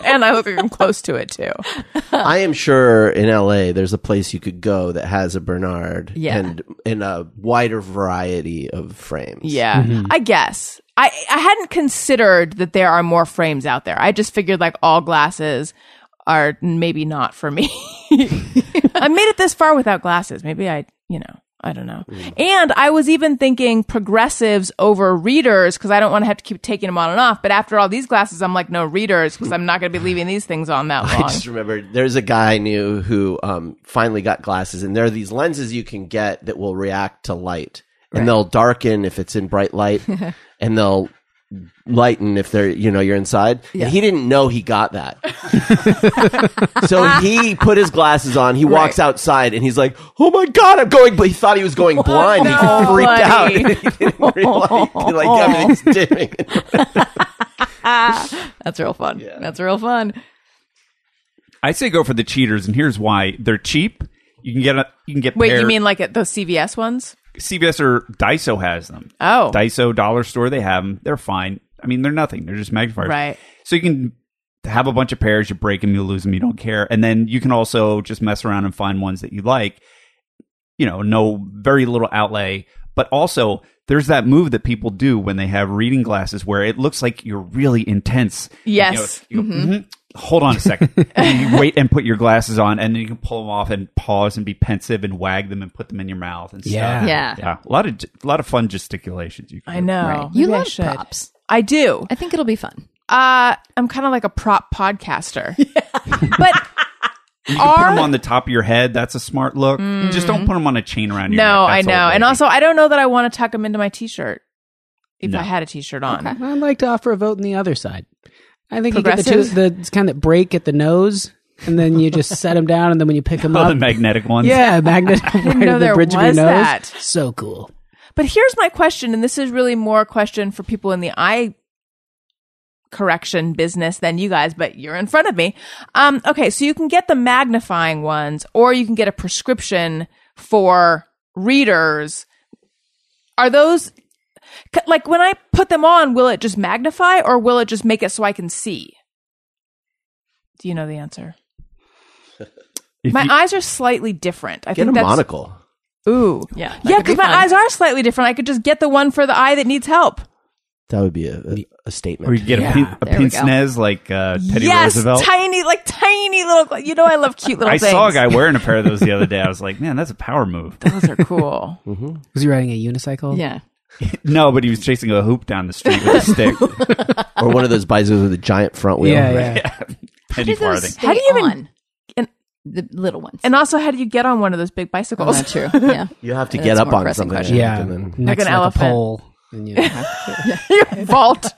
B: and I look like I'm close to it too.
A: I am sure in LA there's a place you could go that has a Bernard
F: Yeah.
A: and in a wider variety of frames.
B: Yeah, I guess. I, I hadn't considered that there are more frames out there. I just figured like all glasses are maybe not for me. I made it this far without glasses. Maybe I, you know, I don't know. And I was even thinking progressives over readers because I don't want to have to keep taking them on and off. But after all these glasses, I'm like, no readers because I'm not going to be leaving these things on that
A: I
B: long.
A: just remember there's a guy I knew who um, finally got glasses, and there are these lenses you can get that will react to light, and they'll darken if it's in bright light, and they'll lighten if they're you know you're inside. And he didn't know he got that, so he put his glasses on. He walks outside, and he's like, "Oh my god, I'm going!" But he thought he was going blind.
B: no,
A: he freaked out.
B: buddy.
A: he didn't realize, like everything's dimming.
F: That's real fun. That's real fun.
E: I say go for the cheaters, and here's why: they're cheap. You can get a, you can get
B: Wait,
E: pair-
B: you mean like at those CVS ones?
E: CVS or Daiso has them.
B: Oh.
E: Daiso Dollar Store they have them. They're fine. I mean, they're nothing. They're just magnifiers.
B: Right.
E: So you can have a bunch of pairs. You break them, you lose them, you don't care, and then you can also just mess around and find ones that you like. You know, no very little outlay, but also there's that move that people do when they have reading glasses where it looks like you're really intense.
B: Yes. Mm-hmm.
E: You know, you go, "Mhm." Hold on a second. and you wait and put your glasses on, and then you can pull them off and pause and be pensive and wag them and put them in your mouth and
D: Yeah.
A: Uh,
E: stuff.
F: Yeah.
E: Yeah, a lot of a lot of fun gesticulations. You can
B: I
E: do.
B: know.
F: Right. You
B: Maybe I
F: love
B: should.
F: props.
B: I do.
F: I think it'll be fun.
B: Uh, I'm kind of like a prop podcaster.
E: You can put
B: Are- Mm.
E: them on the top of your head. That's a smart look. Just don't put them on a chain around your
B: No, I
E: neck. That's
B: know.
E: old
B: And
E: lady.
B: also, I don't know that I want to tuck them into my t-shirt if
E: No.
B: I had a t-shirt on.
D: I'd like to offer a vote on the other side. I think you get the two,
B: Progressive?
D: the kind that break at the nose, and then you just set them down, and then when you pick them
E: oh,
D: up,
E: the magnetic ones.
D: yeah, magnet right at
B: know
D: the
B: there
D: bridge of your
B: was
D: nose.
B: that.
D: So cool.
B: But here's my question, and this is really more a question for people in the eye correction business than you guys, but you're in front of me. Um, okay, so you can get the magnifying ones, or you can get a prescription for readers. Are those c- like when I put them on, will it just magnify, or will it just make it so I can see? Do you know the answer?
E: If
B: My
E: you-
B: eyes are slightly different. I
A: Get
B: think
A: a
B: that's
A: monocle.
B: ooh
F: Yeah, that
B: yeah
F: could be
B: because my
F: fun.
B: eyes are slightly different. I could just get the one for the eye that needs help.
A: That would be a, a, a
E: or
A: statement.
E: you get
D: Yeah.
E: a, pin, a
F: There we
E: pince
F: go.
E: nez like uh, Teddy
B: yes,
E: Roosevelt.
B: tiny like tiny little. You know I love cute little.
E: I
B: things.
E: saw a guy wearing a pair of those the other day. I was like, man, that's a power move.
B: Those are cool.
D: Was he riding a unicycle?
F: Yeah.
E: no, but he was chasing a hoop down the street with a stick.
A: or one of those bicycles with a giant front wheel.
D: Yeah, yeah.
E: Penny farthing.
F: How do you even
B: and-
F: the little ones?
B: and also, how do you get on one of those big bicycles?
F: that's true. Yeah.
A: You have to
F: That's
A: get
F: a
A: up
F: more
A: on
F: pressing
A: something. I
F: question.
A: think,
D: Yeah,
A: and then-
D: next
B: an
D: like
B: elephant.
D: a pole. And you
B: you vault.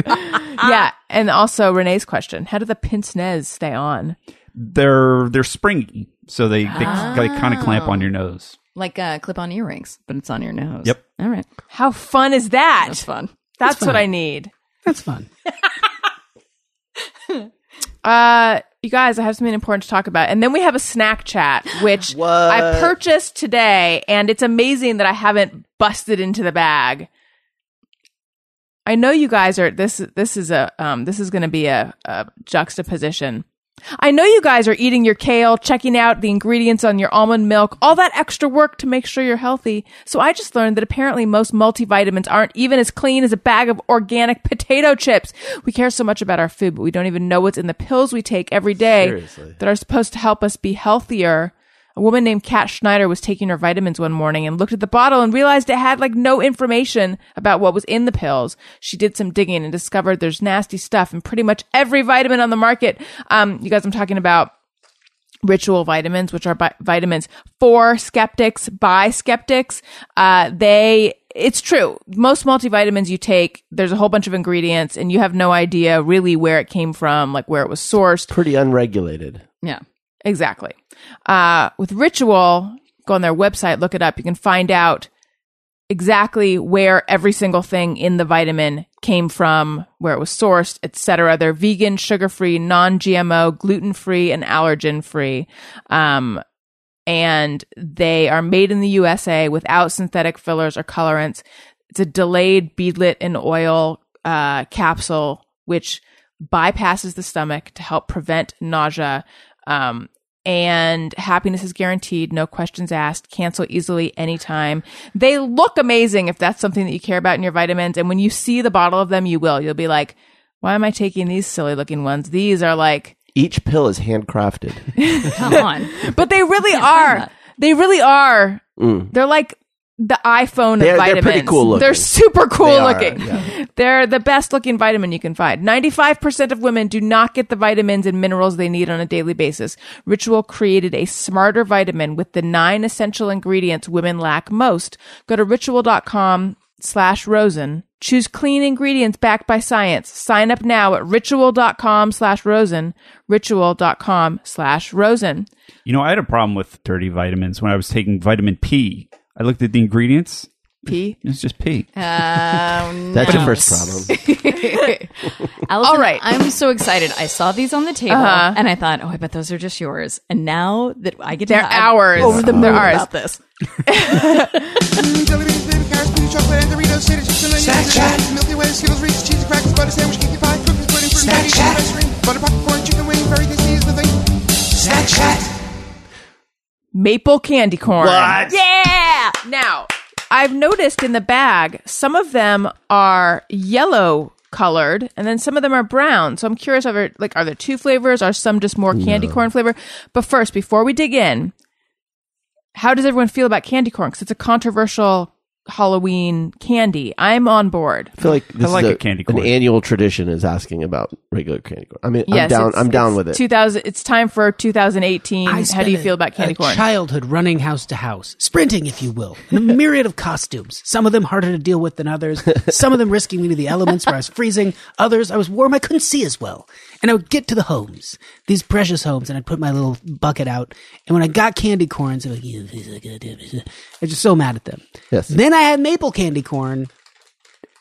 B: yeah, and also Renee's question: How do the pince nez stay on?
E: They're they're springy, so they they, they kind of clamp on your nose.
F: Like uh, clip-on earrings, but it's on your nose.
E: Yep.
F: All right.
B: How fun is that?
F: That's fun.
B: That's what I need.
D: that's fun.
B: Uh, you guys, I have something important to talk about, and then we have a snack chat, which
A: What?
B: I purchased today, and it's amazing that I haven't busted into the bag. I know you guys are this. This is a um, this is going to be a, a juxtaposition. I know you guys are eating your kale, checking out the ingredients on your almond milk, all that extra work to make sure you're healthy. So I just learned that apparently most multivitamins aren't even as clean as a bag of organic potato chips. We care so much about our food, but we don't even know what's in the pills we take every day
A: Seriously.
B: that are supposed to help us be healthier. a woman named Kat Schneider was taking her vitamins one morning and looked at the bottle and realized it had like no information about what was in the pills. She did some digging and discovered there's nasty stuff in pretty much every vitamin on the market. Um, you guys, I'm talking about ritual vitamins, which are bi- vitamins for skeptics by skeptics. Uh, they, it's true. Most multivitamins you take, there's a whole bunch of ingredients and you have no idea really where it came from, like where it was sourced.
A: Pretty unregulated.
F: Yeah.
B: Exactly. Uh, with Ritual, go on their website, look it up. You can find out exactly where every single thing in the vitamin came from, where it was sourced, etc. They're vegan, sugar-free, non-GMO, gluten-free, and allergen-free. Um, and they are made in the USA without synthetic fillers or colorants. It's a delayed beadlet and oil uh, capsule, which bypasses the stomach to help prevent nausea. Um, and happiness is guaranteed, no questions asked, cancel easily anytime. They look amazing if that's something that you care about in your vitamins. And when you see the bottle of them, you will. You'll be like, why am I taking these silly looking ones? These are like
A: Each pill is handcrafted.
F: Come on.
B: but they really
F: find
B: are.
F: that.
B: They really are. They're like the iPhone
A: Mm. They're-
B: of
A: they're
B: vitamins.
A: pretty cool looking.
B: They're super cool
A: They are,
B: looking.
A: yeah.
B: They're the best looking vitamin you can find. 95% of women do not get the vitamins and minerals they need on a daily basis. Ritual created a smarter vitamin with the nine essential ingredients women lack most. Go to ritual.com slash rosen. Choose clean ingredients backed by science. Sign up now at ritual.com slash rosen. Ritual.com slash rosen.
E: You know, I had a problem with dirty vitamins when I was taking vitamin P. I looked at the ingredients.
B: P.
E: It was just P.
A: That's your first problem.
F: Allison,
B: All right.
F: I'm so excited. I saw these on the table and I thought, oh, I bet those are just yours. And now that I get to
B: They're
F: I'm
B: ours.
F: over the
B: They're
F: moon
B: ours.
F: about this.
H: jelly beans, baby carrots, peas, chocolate, and Doritos, Cheddar cheese, and onions, and cheese, Milky Way, Skittles, Reese's, cheese, crackers, butter sandwich, cookie pie, cookies, pudding, fruit, cookies, ice cream, butter popcorn, chicken wing, very tasty is the thing.
B: maple candy corn.
A: What?
B: Yeah. Now, I've noticed in the bag some of them are yellow colored and then some of them are brown. So I'm curious are there, like are there two flavors are some just more candy corn flavor? But first, before we dig in, how does everyone feel about candy corn cuz it's a controversial Halloween candy. I'm on board.
A: I feel like this
E: like
A: is
E: a candy
A: an
E: corn.
A: annual tradition is asking about regular candy corn. I mean, I'm
B: yes,
A: down.
B: it's-
A: I'm down
B: it's
A: with it.
B: 2000 it's time for 2018.
D: I
B: How do you
D: spent a-
B: feel about candy
D: a
B: corn?
D: Childhood running house to house, sprinting, if you will, in a myriad of costumes. Some of them harder to deal with than others. Some of them risking me to the elements where I was freezing. Others I was warm, I couldn't see as well. And I would get to the homes, these precious homes, and I'd put my little bucket out. And when I got candy corns, I was like, I was just so mad at them.
A: Yes.
D: Then I had maple candy corn.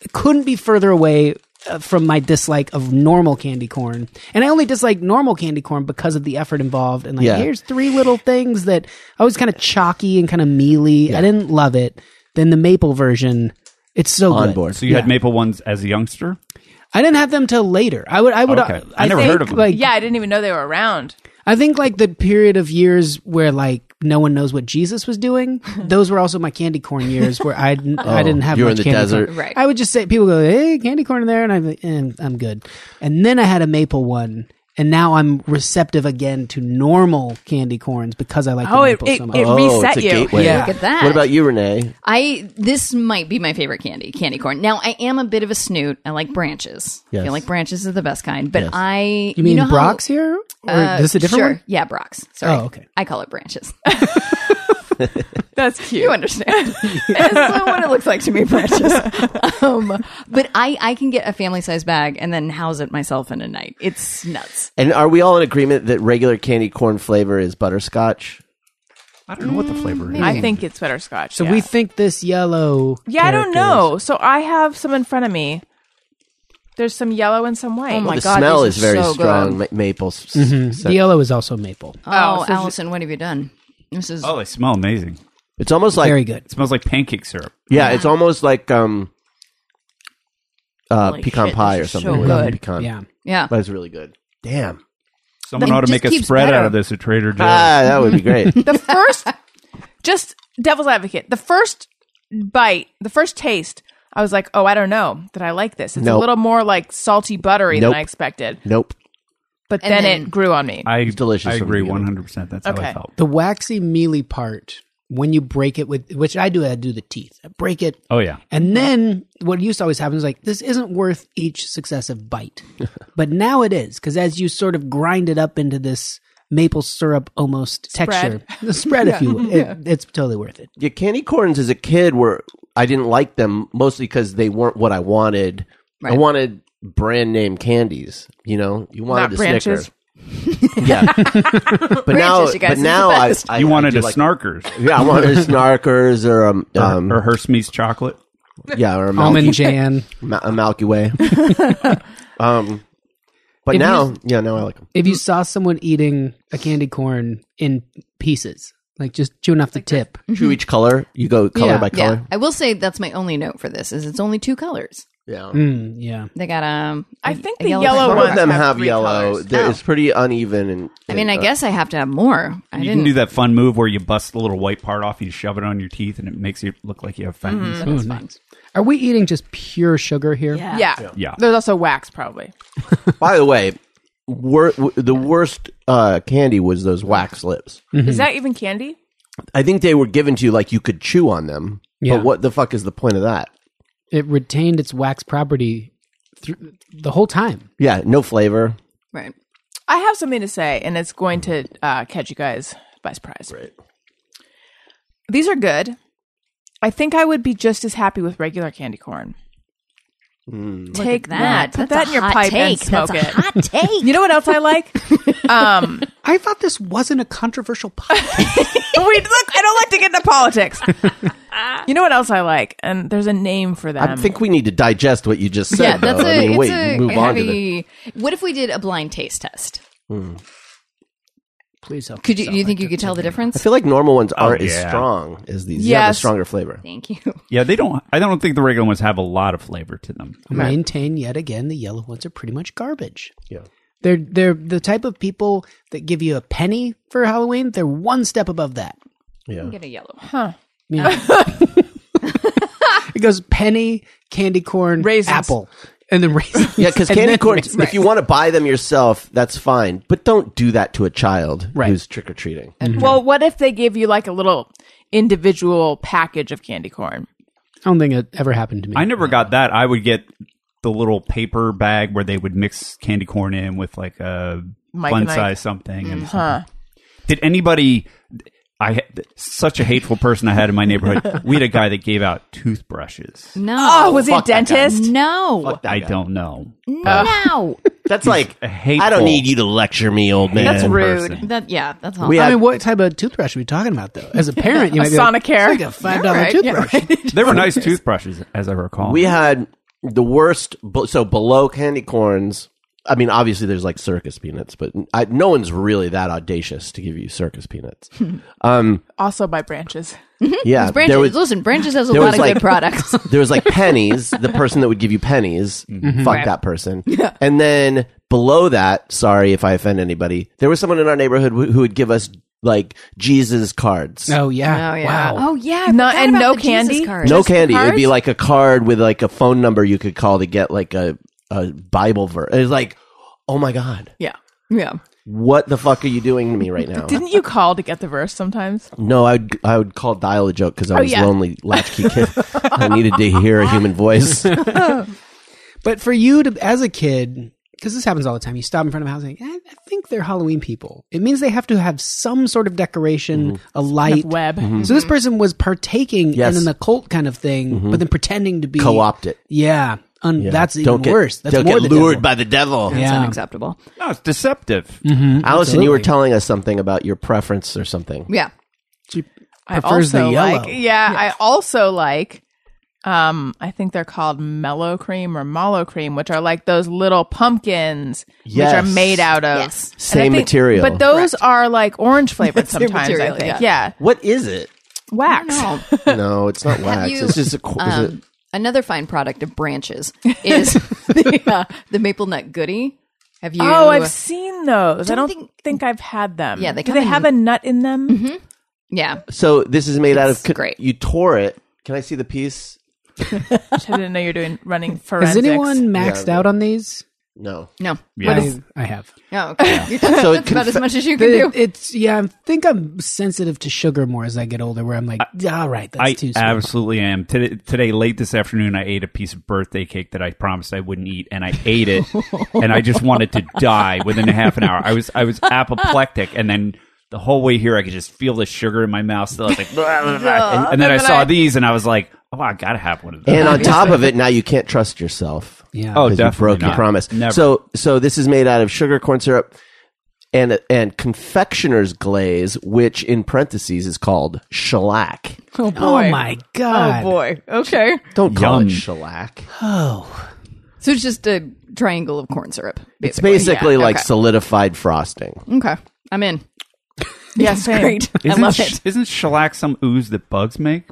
D: It couldn't be further away uh, from my dislike of normal candy corn. And I only dislike normal candy corn because of the effort involved and like
A: Yeah.
D: here's three little things that I was kind of chalky and kind of mealy. I didn't love it. Then the maple version, it's so
A: On
D: good.
A: board.
E: So you had maple ones as a youngster?
D: I didn't have them till later. I would I would
E: Okay.
D: I,
E: I never
D: think,
E: heard of them.
D: Like,
B: Yeah, I didn't even know they were around.
D: I think like the period of years where like no one knows what Jesus was doing. Those were also my candy corn years where I didn't, I didn't have
A: Oh, you were
D: much
A: in the
D: candy
A: desert.
D: corn.
F: Right.
D: I would just say people go, "Hey, candy corn in there," and I'm like, eh, "I'm good." And then I had a maple one, and now I'm receptive again to normal candy corns because I like
B: Oh,
D: the
B: it-
D: maple so
B: it-
D: much.
B: it-
A: oh, it's
B: reset
A: a
B: you.
A: gateway.
D: Yeah.
F: Look at that.
A: What about you, Renee?
F: I this might be my favorite candy, candy corn. Now I am a bit of a snoot. I like branches. I
A: Yes.
F: feel like branches are the best kind. But I
D: you mean
F: know how-
D: Brock's here, or
F: Uh,
D: this is a different
F: sure.
D: one?
F: Yeah, Brock's. Sorry.
D: Oh, okay.
F: I call it branches.
B: That's cute.
F: you understand. That's what it looks like to me, branches. Um, but I, I can get a family size bag and then house it myself in a night. It's nuts.
A: And are we all in agreement that regular candy corn flavor is butterscotch?
E: I don't know what the flavor is.
B: I think it's butterscotch.
D: So
B: yeah.
D: we think this yellow.
B: Yeah, I don't
D: character is-
B: know. So I have some in front of me. There's some yellow and some white.
F: Oh my
A: the
F: God,
A: smell
F: these
A: is
F: are
A: very
F: so
A: strong.
F: good.
A: Ma- maple. s- s-
D: Mm-hmm. The yellow is also maple.
F: Oh,
B: so
F: Allison, what have you done? This is
E: Oh, they smell amazing.
A: It's almost like
D: Very good.
E: It smells like pancake syrup.
A: yeah, it's almost like um, uh,
F: Holy
A: pecan
F: shit,
A: pie
F: this
A: or
F: is so
A: something. with
F: good.
A: Pecan.
D: Mm-hmm. Yeah.
F: yeah.
A: But it's really good. Damn.
E: Someone
F: It
E: ought to
F: just
E: make a
F: keeps
E: spread
F: better.
E: out of this at Trader Joe's.
A: Ah, that would be great.
B: The first, just devil's advocate, the first bite, the first taste, I was like, oh, I don't know that I like this. It's a
A: Nope.
B: little more like salty, buttery
A: Nope.
B: than I expected.
A: nope.
B: but
F: And
B: then,
F: then-
B: it grew on me.
E: I
A: It's delicious
E: I
A: from the
E: agree
A: beginning.
E: one hundred percent. That's how
B: Okay.
E: I felt.
D: The waxy mealy part when you break it with which I do. I do the teeth. I break it.
E: Oh yeah,
D: And then what used to always happen is like, this isn't worth each successive bite. but now it is, because as you sort of grind it up into this maple syrup almost texture, the spread, if you will, it, it's totally worth it.
A: Yeah, candy corns as a kid were I didn't like them mostly because they weren't what I wanted. I wanted brand name candies. You know, you wanted
B: Not
A: a
B: branches.
A: Snicker. yeah, but now,
F: Branches, you guys,
A: but
F: is
A: now
F: the
A: I,
F: best.
A: I
E: you wanted
A: I do
E: a
A: like-
E: snarkers
A: Yeah, I wanted a Snarkers or um, um
E: or Hershey's chocolate.
A: yeah or a
D: Almond
A: Milky,
D: Jan.
A: Ma- a Milky Way. um, but
D: If you
A: now, yeah, now I like them.
D: If you saw someone eating a candy corn in pieces, like just chewing off the tip,
A: Chew each color. You go color
D: Yeah.
A: by
F: Mm-hmm. Yeah,
A: color.
F: I will say that's my only note for this is it's only two colors.
A: Yeah.
D: mm, yeah.
F: They got um.
B: I
F: a-
B: think
F: a
B: the
F: yellow
B: yellow
F: pepper.
A: Some
B: ones
A: of them
B: have
A: have
B: three
A: yellow.
B: colors.
A: There-
F: Oh.
A: It's pretty uneven. And
F: I mean, I guess I have to have more. I
E: You
F: didn't
E: can do that fun move where you bust the little white part off, you shove it on your teeth, and it makes you look like you have
B: Mm-hmm.
E: fentanyl.
D: Ooh, nice. Are we eating just pure sugar here?
F: Yeah.
B: Yeah.
E: Yeah.
B: There's also wax, probably.
A: By the way, wor- w- the worst uh, candy was those wax lips.
B: Is that even candy?
A: I think they were given to you like you could chew on them.
D: Yeah.
A: But what the fuck is the point of that?
D: It retained its wax property through the whole time.
A: Yeah, no flavor.
F: Right.
B: I have something to say, and it's going to uh, catch you guys by surprise. These are good. I think I would be just as happy with regular candy corn. Take that. Put
F: That's
B: that
F: a
B: in your
F: hot
B: pipe and
F: take.
B: smoke
F: That's a
B: it.
F: hot take.
B: You know what else I like? um,
D: I thought this wasn't a controversial podcast.
B: we look. I don't like to get into politics. you know what else I like? And there's a name for them.
A: I think we need to digest what you just said.
F: Um, yeah, that's
A: though.
F: a,
A: I mean,
F: it's
A: wait,
F: a
A: move on to the. Hmm.
F: heavy. What if we did a blind taste test?
D: Please help.
F: Could you?
D: yourself.
F: Do you think you could tell the
A: I
F: difference?
A: feel like normal ones
F: Oh,
A: aren't as
E: yeah.
A: strong as these. Yeah, have a
B: Yes.
A: stronger flavor.
F: Thank you.
E: Yeah, they don't. I don't think the regular ones have a lot of flavor to them.
D: maintain yet again the yellow ones are pretty much garbage.
A: Yeah.
D: They're they're the type of people that give you a penny for Halloween. They're one step above that.
A: Yeah.
F: Get a yellow. one.
D: It goes penny, candy corn,
B: Raisins.
D: apple, and then raisins.
A: Yeah, because
D: And
A: candy
D: then
A: corns,
D: raisins.
A: if you want to buy them yourself, that's fine. But don't do that to a child
D: Right.
A: who's trick or treating.
B: Well, what if they give you like a little individual package of candy corn?
D: I don't think it ever happened to me.
E: I never got that. I would get the little paper bag where they would mix candy corn in with like a
B: Mike
E: fun
B: and Mm-hmm. Ike.
E: size something. And
B: Huh.
E: Did anybody? I had- such a hateful person I had in my neighborhood. we had a guy that gave out toothbrushes.
F: No.
B: Oh, was he a dentist?
F: no.
E: I don't know.
F: No.
A: That's like,
E: a hateful-
A: I don't need you to lecture me, old man.
B: That's
E: in
B: rude.
E: person.
F: That yeah. That's all. Uh,
A: We
D: I
A: had-
D: mean, what type of toothbrush are we talking about, though? As a parent, you might be like,
B: Sonicare.
D: "It's like a five dollar
B: Right, yeah,
D: toothbrush.
E: They were nice toothbrushes, as I recall.
A: We had the worst. bu- So below candy corns, I mean, obviously there's like circus peanuts, but I, no one's really that audacious to give you circus peanuts. um,
B: Also by branches.
A: yeah,
F: Branches.
A: there was
F: listen, Branches has a
A: there
F: lot
A: was,
F: of
A: like-
F: good products.
A: there was like pennies. the person that would give you pennies, fuck that person. And then below that, sorry if I offend anybody, there was someone in our neighborhood who, who would give us like Jesus cards.
D: Oh yeah,
F: Oh, yeah.
D: wow.
F: Oh, yeah. I
B: No,
F: forgot
B: and
F: about
B: no
F: the Jesus
B: candy?
F: card.
A: no candy. It'd be
B: cards?
A: like a card with like a phone number you could call to get like a, a Bible verse. It's like, oh my God.
B: Yeah.
F: Yeah.
A: what the fuck are you doing to me right now?
B: Didn't you call to get the verse sometimes?
A: no, I would I would call dial a joke because I was
B: Oh, yeah.
A: lonely latchkey kid. I needed to hear a human voice.
D: But for you to, as a kid, because this happens all the time, you stop in front of a house and I, I think they're Halloween people. It means they have to have some sort of decoration, a light.
B: Web.
D: So this person was partaking
A: Mm-hmm. Yes.
D: in an occult kind of thing, but then pretending to be
A: Co-opt it.
D: Yeah, un-
A: Yeah.
D: that's even
A: don't get,
D: worse. That's
A: don't
D: more
A: get
D: the
A: lured
D: devil.
A: by the devil.
F: That's
D: Yeah.
F: unacceptable.
E: no, it's deceptive.
A: Allison, you were telling us something about your preference or something.
F: Yeah.
B: I
D: prefers the
B: also
D: yellow.
B: like. Yeah, I also like. Um, I think they're called mellow cream or mallow cream, which are like those little pumpkins, which
A: Yes.
B: are made out of
F: Yes.
B: And I
A: Same
B: think-
A: material.
B: But those are like orange flavored sometimes.
F: material,
B: I think. Yeah,
F: yeah.
A: What is it?
B: wax.
F: No.
A: No, it's not wax.
F: you,
A: it's just a. co- is it-
F: Um, another fine product of branches is the, uh, the maple nut goody. Have you? uh,
B: Oh, I've seen those. I
F: Don't
B: don't think,
F: think-
B: I've had them.
F: Yeah, they
B: do
F: Mm-hmm. come
B: they
F: in-
B: have a nut in them?
F: yeah.
A: so this is made out of.
F: It's great.
A: You tore it. Can I see the piece?
B: I didn't know you're doing running forensics.
D: Is anyone maxed out on these?
A: No.
F: No.
E: Yeah.
D: I, I have.
F: No. Oh, Okay.
A: So it
F: That's about
A: conf-
F: as much as you can do.
D: It- it's yeah. I think I'm sensitive to sugar more as I get older. Where I'm like, all right, that's
E: I
D: too sweet.
E: absolutely am. Today, today, late this afternoon, I ate a piece of birthday cake that I promised I wouldn't eat, and I ate it, and I just wanted to die within a half an hour. I was I was apoplectic, and then the whole way here, I could just feel the sugar in my mouth. Still, I was like, "Blah, blah, blah." and, and then I saw these, and I was like, oh, I gotta have one of those.
A: And on top of it, now you can't trust yourself.
D: Yeah.
E: oh,
A: 'Cause you
E: definitely
A: broke your
E: not.
A: promise.
E: Never.
A: So so this is made out of sugar, corn syrup, and and confectioner's glaze, which in parentheses is called shellac.
B: Oh
D: Oh
B: boy.
D: my god.
B: Oh boy. Okay.
A: Don't call
E: Yum.
A: it shellac.
D: Oh.
F: So it's just a triangle of corn syrup.
A: It's basically
F: Yeah,
A: like
F: okay. Mm.
A: solidified frosting.
F: Okay. I'm in.
B: Yes. Yeah, great.
F: I
E: Isn't
F: love
E: sh-
F: it.
E: Isn't shellac some ooze that bugs make?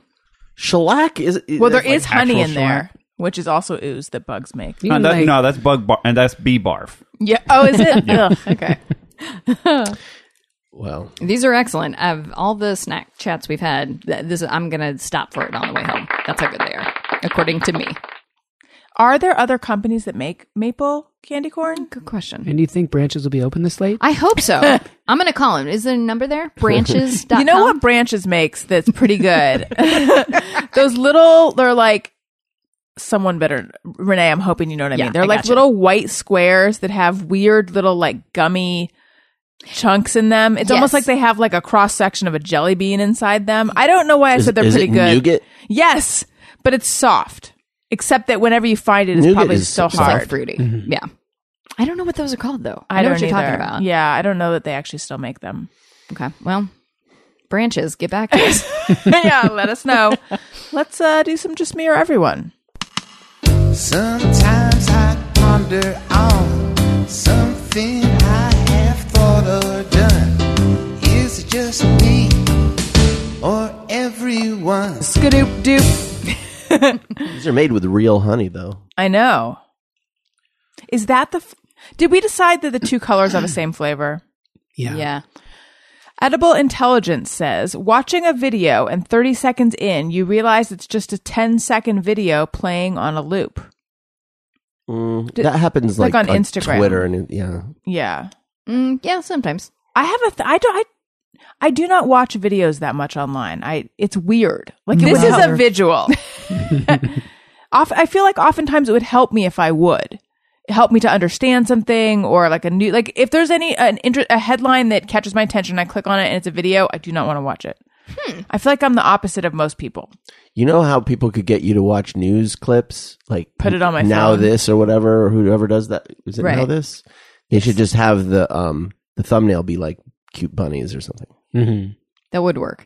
A: Shellac is
B: Well, there is
E: like
B: honey
E: actual
B: in there, which is also ooze that bugs make.
D: You
E: No,
D: can,
E: that-
D: like-
E: no, that's bug bar, and that's bee barf.
B: Yeah. Oh, is it? Ugh, okay.
A: well.
F: These are excellent. Of all the snack chats we've had, th- this I'm gonna stop for it on the way home. That's how good they are, according to me.
B: Are there other companies that make maple candy corn?
F: Good question.
D: And you think branches will be open this late?
B: Uh,
F: I hope so. I'm gonna call him. Is there a number there? Branches.
B: You know what branches makes that's pretty good? Those little, they're like someone better. Renee, I'm hoping you know what I
F: Yeah,
B: mean. They're
F: I
B: like
F: gotcha.
B: little white squares that have weird little like gummy chunks in them. It's almost
F: Yes.
B: like they have like a cross section of a jelly bean inside them. I don't know why I
A: Is,
B: said they're
A: is
B: pretty
A: it
B: good.
A: nougat?
B: Yes, but it's soft. Except that whenever you find it, it's
A: Nougat
B: probably
A: is
B: so
A: soft.
F: It's
B: hard.
F: like fruity. Yeah. I don't know what those are called though.
B: I,
F: know
B: don't
F: what you're talking
B: either.
F: about.
B: Yeah, I don't know that they actually still make them.
F: Okay. Well, branches. Get back to us.
B: yeah, let us know. Let's uh, do some just me or everyone.
H: Sometimes I ponder on something I have thought or done. Is it just me or everyone?
B: Skadoop doop.
A: These are made with real honey though.
B: I know. Is that the? F- Did we decide that the two colors are the same flavor?
D: Yeah.
F: yeah.
B: Edible Intelligence says, watching a video and 30 seconds in, you realize it's just a 10 second video playing on a loop.
A: Mm,
B: D-
A: that happens
B: Mm-hmm. like
A: like,
B: on Instagram.
A: Twitter, and yeah,
B: Yeah.
F: Mm, yeah. Sometimes.
B: I have a th- I don't I I do not watch videos that much online. I it's weird. Like this is a visual. Off, I feel like oftentimes it would help me if I would It help me to understand something or like a new like if there's any an inter- a headline that catches my attention, I click on it and it's a video. I do not want to watch it. I feel like I'm the opposite of most people.
A: You know how people could get you to watch news clips, like
B: Put it on my
A: now
B: phone.
A: this or whatever, or whoever does that. Is it now
F: Right.
A: this? They should just have the um the thumbnail be like cute bunnies or something.
D: Mm-hmm.
F: That would work.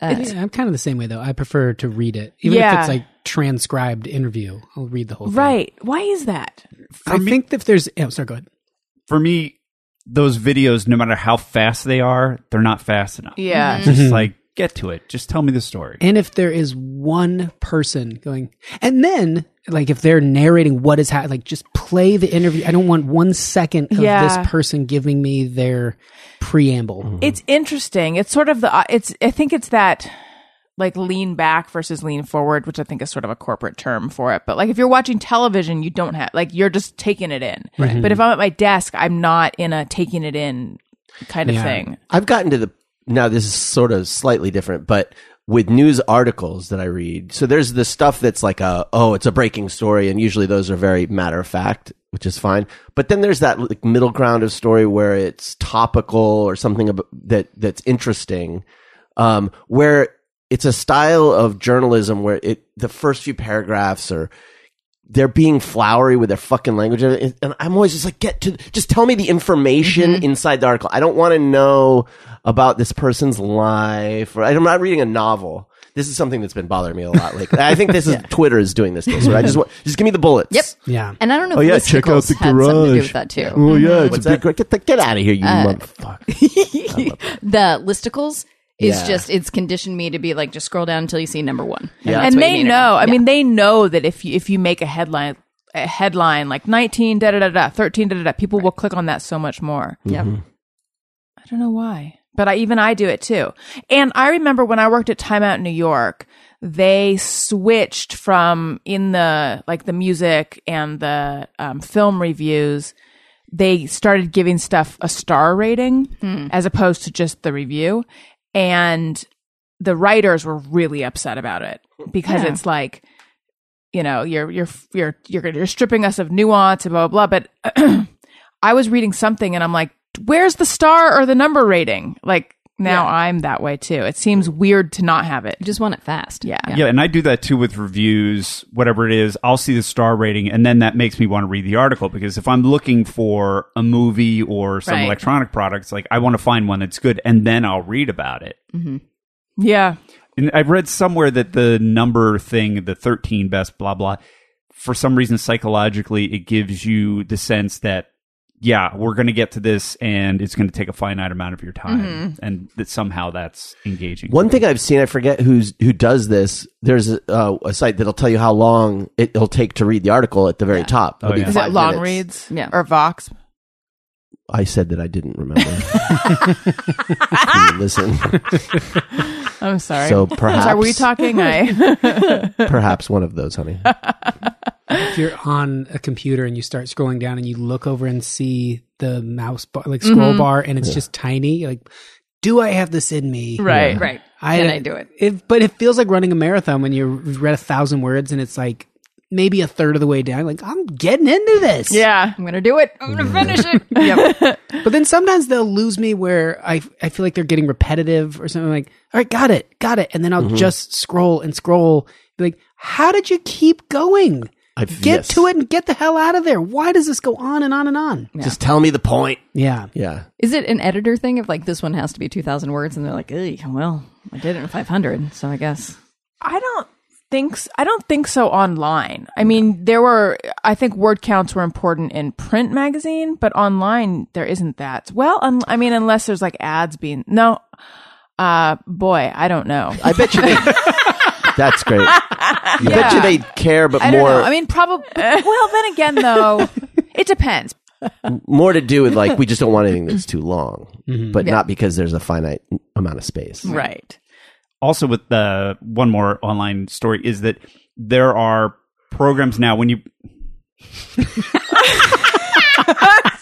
F: Uh,
D: Yeah, I'm kind of the same way though. I prefer to read it, even if
B: Yeah.
D: it's like transcribed interview. I'll read the whole thing.
B: Right. Why is that?
D: I think that if there's, oh, sorry, go ahead.
E: For me, those videos, no matter how fast they are, they're not fast enough.
B: Yeah.
E: It's just like get to it. Just tell me the story.
D: And if there is one person going, and then like if they're narrating what is happening, like just play the interview. I don't want one second of
B: Yeah.
D: this person giving me their preamble.
B: It's interesting. It's sort of the uh, it's I think it's that like lean back versus lean forward, which I think is sort of a corporate term for it. But like if you're watching television, you don't have like you're just taking it in. But if I'm at my desk, I'm not in a taking it in kind of
D: Yeah.
B: thing.
A: I've gotten to the now this is sort of slightly different, but with news articles that I read. So there's the stuff that's like a oh, it's a breaking story and usually those are very matter of fact, which is fine. But then there's that like middle ground of story where it's topical or something ab- that that's interesting. Um where it's a style of journalism where it the first few paragraphs are they're being flowery with their fucking language and and i'm always just like get to just tell me the information inside the article i don't want to know about this person's life or i'm not reading a novel this is something that's been bothering me a lot lately i think this is twitter is doing this to us, right i just want just give me the bullets
F: Yep.
D: Yeah.
F: And I don't know.
A: Oh,
F: if
A: yeah, check out
F: listicles
A: the
F: had something to do
A: garage.
F: with that too. Uh,
A: oh yeah it's
C: What's
A: a big, get, the, get out of here you motherfucker
F: The listicles is
A: Yeah.
F: just it's conditioned me to be like just scroll down until you see number one.
A: Yeah.
F: that's
B: and
F: what you
B: they
F: need to
B: know. I
F: Yeah.
B: mean, they know that if you if you make a headline a headline like 19 da da da da 13 da da da, people will click on that so much more.
F: Yep.
A: Mm-hmm.
B: I don't know why, but I even I do it too. And I remember when I worked at Time Out in New York, they switched from in the like the music and the um, film reviews they started giving stuff a star rating as opposed to just the review and the writers were really upset about it because it's like you know you're you're you're you're you're stripping us of nuance and blah blah blah but I was reading something and I'm like where's the star or the number rating like now I'm that way too it seems weird to not have it
F: You just want it fast.
B: Yeah.
E: Yeah, and I do that too with reviews, whatever it is. I'll see the star rating, and then that makes me want to read the article because if I'm looking for a movie or some
B: Right.
E: electronic products, like I want to find one that's good, and then I'll read about it.
B: yeah
E: And I've read somewhere that the number thing, the 13 best, blah, blah, for some reason, psychologically, it gives you the sense that, yeah, we're going to get to this and it's going to take a finite amount of your time. And that somehow that's engaging.
A: One thing I've seen, I forget who's who does this. There's a, uh, a site that'll tell you how long it'll take to read the article at the very top. It'll
E: Oh,
A: be
E: yeah.
B: is
A: five
B: it long
A: minutes.
B: reads
F: Yeah.
B: or Vox
A: I said that I didn't remember. You Listen.
B: I'm sorry
A: So
B: I'm
A: perhaps
B: sorry, were we talking I
A: perhaps one of those, honey.
D: if you're on a computer and you start scrolling down and you look over and see the mouse bar, like scroll
F: Mm-hmm.
D: bar, and it's just tiny, you're like, do I have this in me?
B: right
F: Right.
D: I,
F: Can I do it?
D: But it feels like running a marathon when you've read a thousand words and it's like maybe a third of the way down. Like, I'm getting into this.
B: yeah
F: I'm going to do it. I'm going to
A: Mm.
F: finish it.
D: But then sometimes they'll lose me where I, I feel like they're getting repetitive or something like, all right, got it, got it. And then
A: Mm-hmm.
D: I'll just scroll and scroll. Be like, how did you keep going?
A: I
D: Get to it and get the hell out of there. Why does this go on and on and on?
A: Just tell me the point.
D: Yeah.
A: Yeah.
F: Is it an editor thing of like this one has to be 2,000 words? And they're like, "Ew, well, I did it in 500. So I guess.
B: I don't think s I don't think so online. I mean, there were I think word counts were important in print magazine, but online there isn't that. Well, un- I mean unless there's like ads being No. Uh boy, I don't know.
A: I bet you they That's great. I bet you they care but
B: I don't
A: more
B: know. I mean, probably Well, then again though, it depends.
A: more to do with like we just don't want anything that's too long.
E: Mm-hmm.
A: But not because there's a finite amount of space.
B: Right.
E: also with the one more online story is that there are programs now when you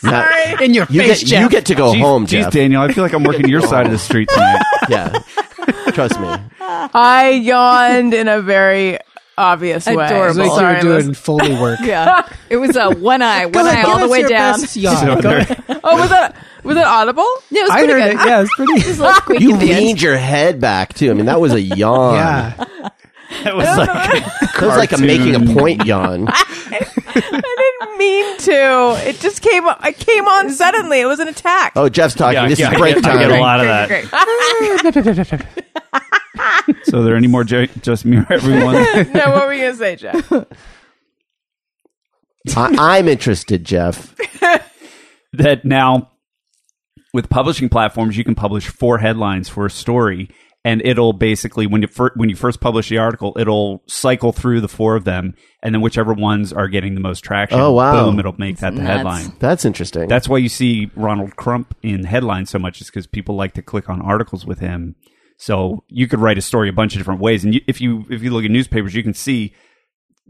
A: Now-
D: In your
A: you
D: face,
A: get you get to go
E: Jeez-
A: Oh, home,
E: jeez,
A: Jeff.
E: Daniel, I feel like I'm working your side of the street tonight.
A: yeah. Trust me.
B: I yawned in a very obvious way.
D: It's like
B: Sorry,
D: you were
B: listen-
D: doing Foley work.
F: Yeah. It was a one eye, one eye all the way down.
E: So there-
B: Oh, was that was that audible? Yeah, it was
D: I heard it. Yeah, it's pretty.
F: Just a little squeak
A: You
F: at the end.
A: leaned your head back too. I mean, that was a yawn.
D: yeah.
E: that was like
A: It was like a making a point yawn.
B: I didn't mean to. It just came. I came on suddenly. It was an attack.
A: Oh, Jeff's talking.
E: Yeah,
A: this
E: yeah, I
A: is break
E: get- I
A: time.
E: get a lot of that. So are there any more J- just me or everyone?
B: no, what were you gonna say, Jeff?
A: I, I'm interested, Jeff.
E: that now with publishing platforms you can publish four headlines for a story and it'll basically when you fir- when you first publish the article it'll cycle through the four of them and then whichever ones are getting the most traction
A: Oh, wow.
E: boom it'll make that the
F: nuts.
E: headline
A: That's interesting.
E: that's why you see Ronald Crump in headlines so much is because people like to click on articles with him so you could write a story a bunch of different ways and you, if you if you look at newspapers you can see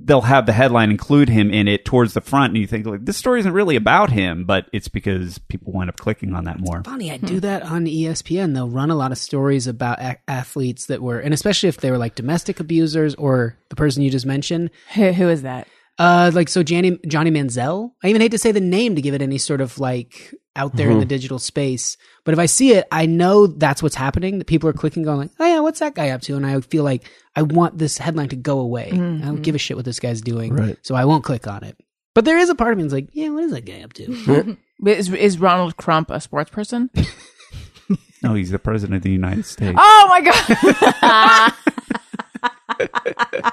E: they'll have the headline include him in it towards the front and you think like this story isn't really about him but it's because people wind up clicking on that more
D: Funny, I do that on E ESPN. They'll run a lot of stories about a- athletes that were, and especially if they were like domestic abusers or the person you just mentioned.
B: Who, who is that?
D: Uh, like so, Johnny, Johnny Manziel. I even hate to say the name to give it any sort of like out there in
A: Mm-hmm.
D: the digital space, but if I see it, I know that's what's happening. That people are clicking, going like, "Oh yeah, what's that guy up to?" And I feel like I want this headline to go away. I don't
B: Mm-hmm.
D: give a shit what this guy's doing,
A: Right.
D: so I won't click on it. But there is a part of me that's like, "Yeah, what is that guy up to?"
B: Is is Ronald Crump a sports person?
E: no he's the president of the united states
B: Oh my god!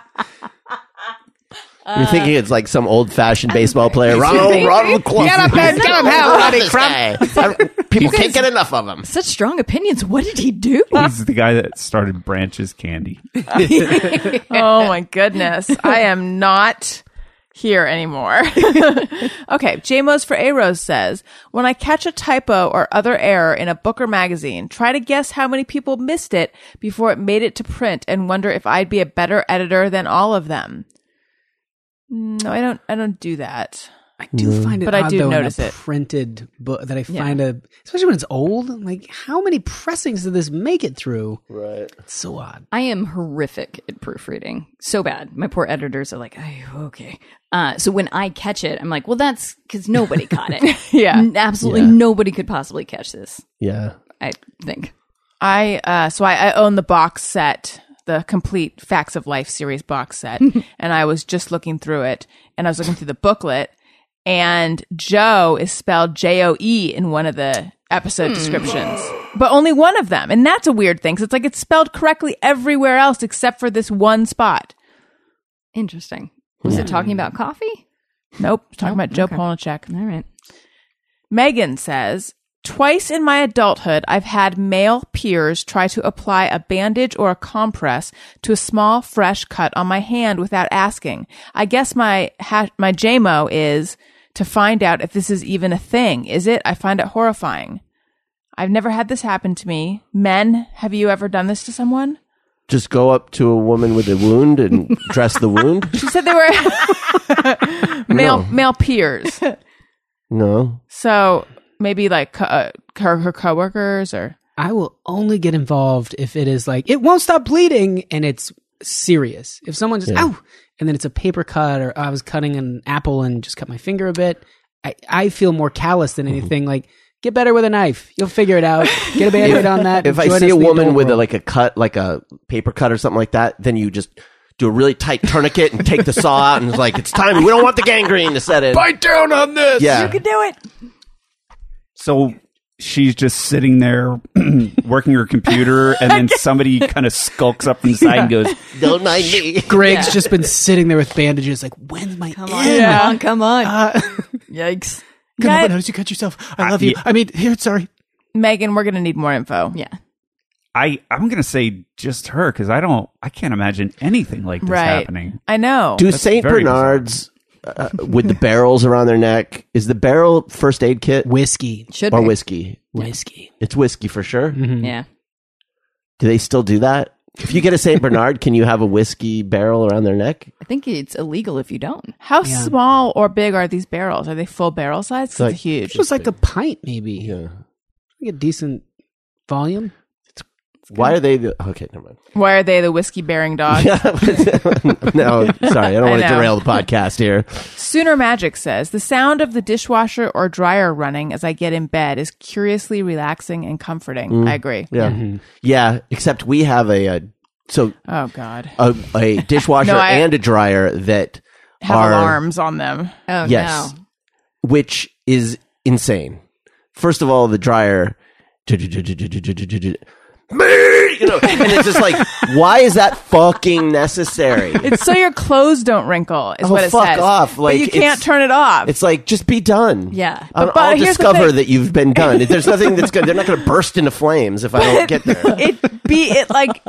A: You're thinking it's like some old fashioned baseball player. Ronald, Ronald Clump. Get up and get him hell, Ronnie People can't get enough of him.
F: Such strong opinions. What did he do?
E: he's the guy that started branches candy
B: Oh my goodness! I am not here anymore. okay, JMOs for A Rose says When I catch a typo or other error in a book or magazine, try to guess how many people missed it before it made it to print and wonder if I'd be a better editor than all of them. No, I don't I don't do that.
D: I do find it,
B: But I
D: odd,
B: do
D: though, in a
B: notice it.
D: printed book that I find a, especially when it's old. I'm Like, how many pressings did this make it through?
A: Right.
D: It's so odd.
F: I am horrific at proofreading. So bad. My poor editors are like, "Ay, okay. Uh, so when I catch it, I'm like, well, that's because nobody caught it.
B: Yeah.
F: N- Absolutely
A: Yeah.
F: nobody could possibly catch this,
A: Yeah.
F: I think.
B: I uh so I, I own the box set, the complete Facts of Life series box set, and I was just looking through it and I was looking through the booklet and Joe is spelled J O E in one of the episode descriptions. But only one of them. And that's a weird thing cuz it's like it's spelled correctly everywhere else except for this one spot.
F: Interesting. Was it talking about coffee?
B: Nope, it's talking about Joe
F: okay.
B: Polnicek.
F: All right.
B: Megan says, Twice in my adulthood, I've had male peers try to apply a bandage or a compress to a small, fresh cut on my hand without asking. I guess my ha- my JMO is to find out if this is even a thing. Is it? I find it horrifying. I've never had this happen to me. Men, have you ever done this to someone?
A: Just go up to a woman with a wound and dress the wound.
B: She said they were male
A: No.
B: male peers.
A: No.
B: So maybe like co- uh, her her coworkers or
D: I will only get involved if it is like it won't stop bleeding and it's serious. If someone just
A: Yeah.
D: ow, and then it's a paper cut or I was cutting an apple and just cut my finger a bit. I, I feel more callous than
A: Mm-hmm.
D: anything. Like get better with a knife. You'll figure it out. Get a band-aid on that.
A: If
D: and
A: I
D: join
A: see
D: us
A: a
D: in the
A: woman
D: adult
A: with a,
D: world.
A: like a cut, like a paper cut or something like that, then you just do a really tight tourniquet and take the saw out and it's like, it's time. We don't want the gangrene to set in. Bite down on this. Yeah.
B: do it.
E: So she's just sitting there working her computer, and then somebody kind of skulks up from the side and goes,
A: don't mind me.
D: Greg's just been sitting there with bandages. Like when's my
F: Come
D: end?
F: on, come on, come on. Yikes.
D: Come
B: Yeah.
D: on, how did you cut yourself? I love you.
E: yeah.
D: I mean, here, sorry.
B: Megan, we're going to need more info.
F: Yeah.
E: I, I'm going to say just her because I don't, I can't imagine anything like this
B: Right.
E: happening.
B: I know.
A: Do St.
E: very
A: Bernards uh, with the barrels around their neck, is the barrel first aid kit
D: Whiskey,
F: Should
A: or
F: be.
A: whiskey?
D: whiskey.
A: It's whiskey for sure.
F: Yeah.
A: Do they still do that? If you get a St. Bernard, can you have a whiskey barrel around their neck?
F: I think it's illegal if you don't.
B: How small or big are these barrels? Are they full barrel size? 'Cause
A: Like-
B: it's huge.
D: It was like a pint, maybe.
A: Yeah.
D: Like a decent volume.
A: Why are they the. Okay, never mind.
B: Why are they the whiskey bearing dog?
A: no, sorry. I don't
B: I
A: want to
B: know.
A: derail the podcast here.
B: Sooner Magic says the sound of the dishwasher or dryer running as I get in bed is curiously relaxing and comforting.
A: Mm.
B: I agree.
A: Yeah. Yeah. Except we have a, uh so
B: Oh God,
A: a, a dishwasher
B: No, I-
A: and a dryer that
B: have
A: are
B: alarms on them.
F: Oh,
A: Yes.
F: no.
A: which is insane. First of all, the dryer. Me, you know, and it's just like, why is that fucking necessary?
B: It's so your clothes don't wrinkle. Is
A: Oh,
B: what it
A: fuck
B: says.
A: off.
B: but
A: Like,
B: you
A: it's-
B: can't turn it off.
A: It's like just be done.
F: Yeah.
A: I'll,
B: But- but
A: I'll
B: here's the
A: discover
B: thing.
A: that you've been done. There's nothing that's good. They're not going to burst into flames if I don't get there.
B: it be it like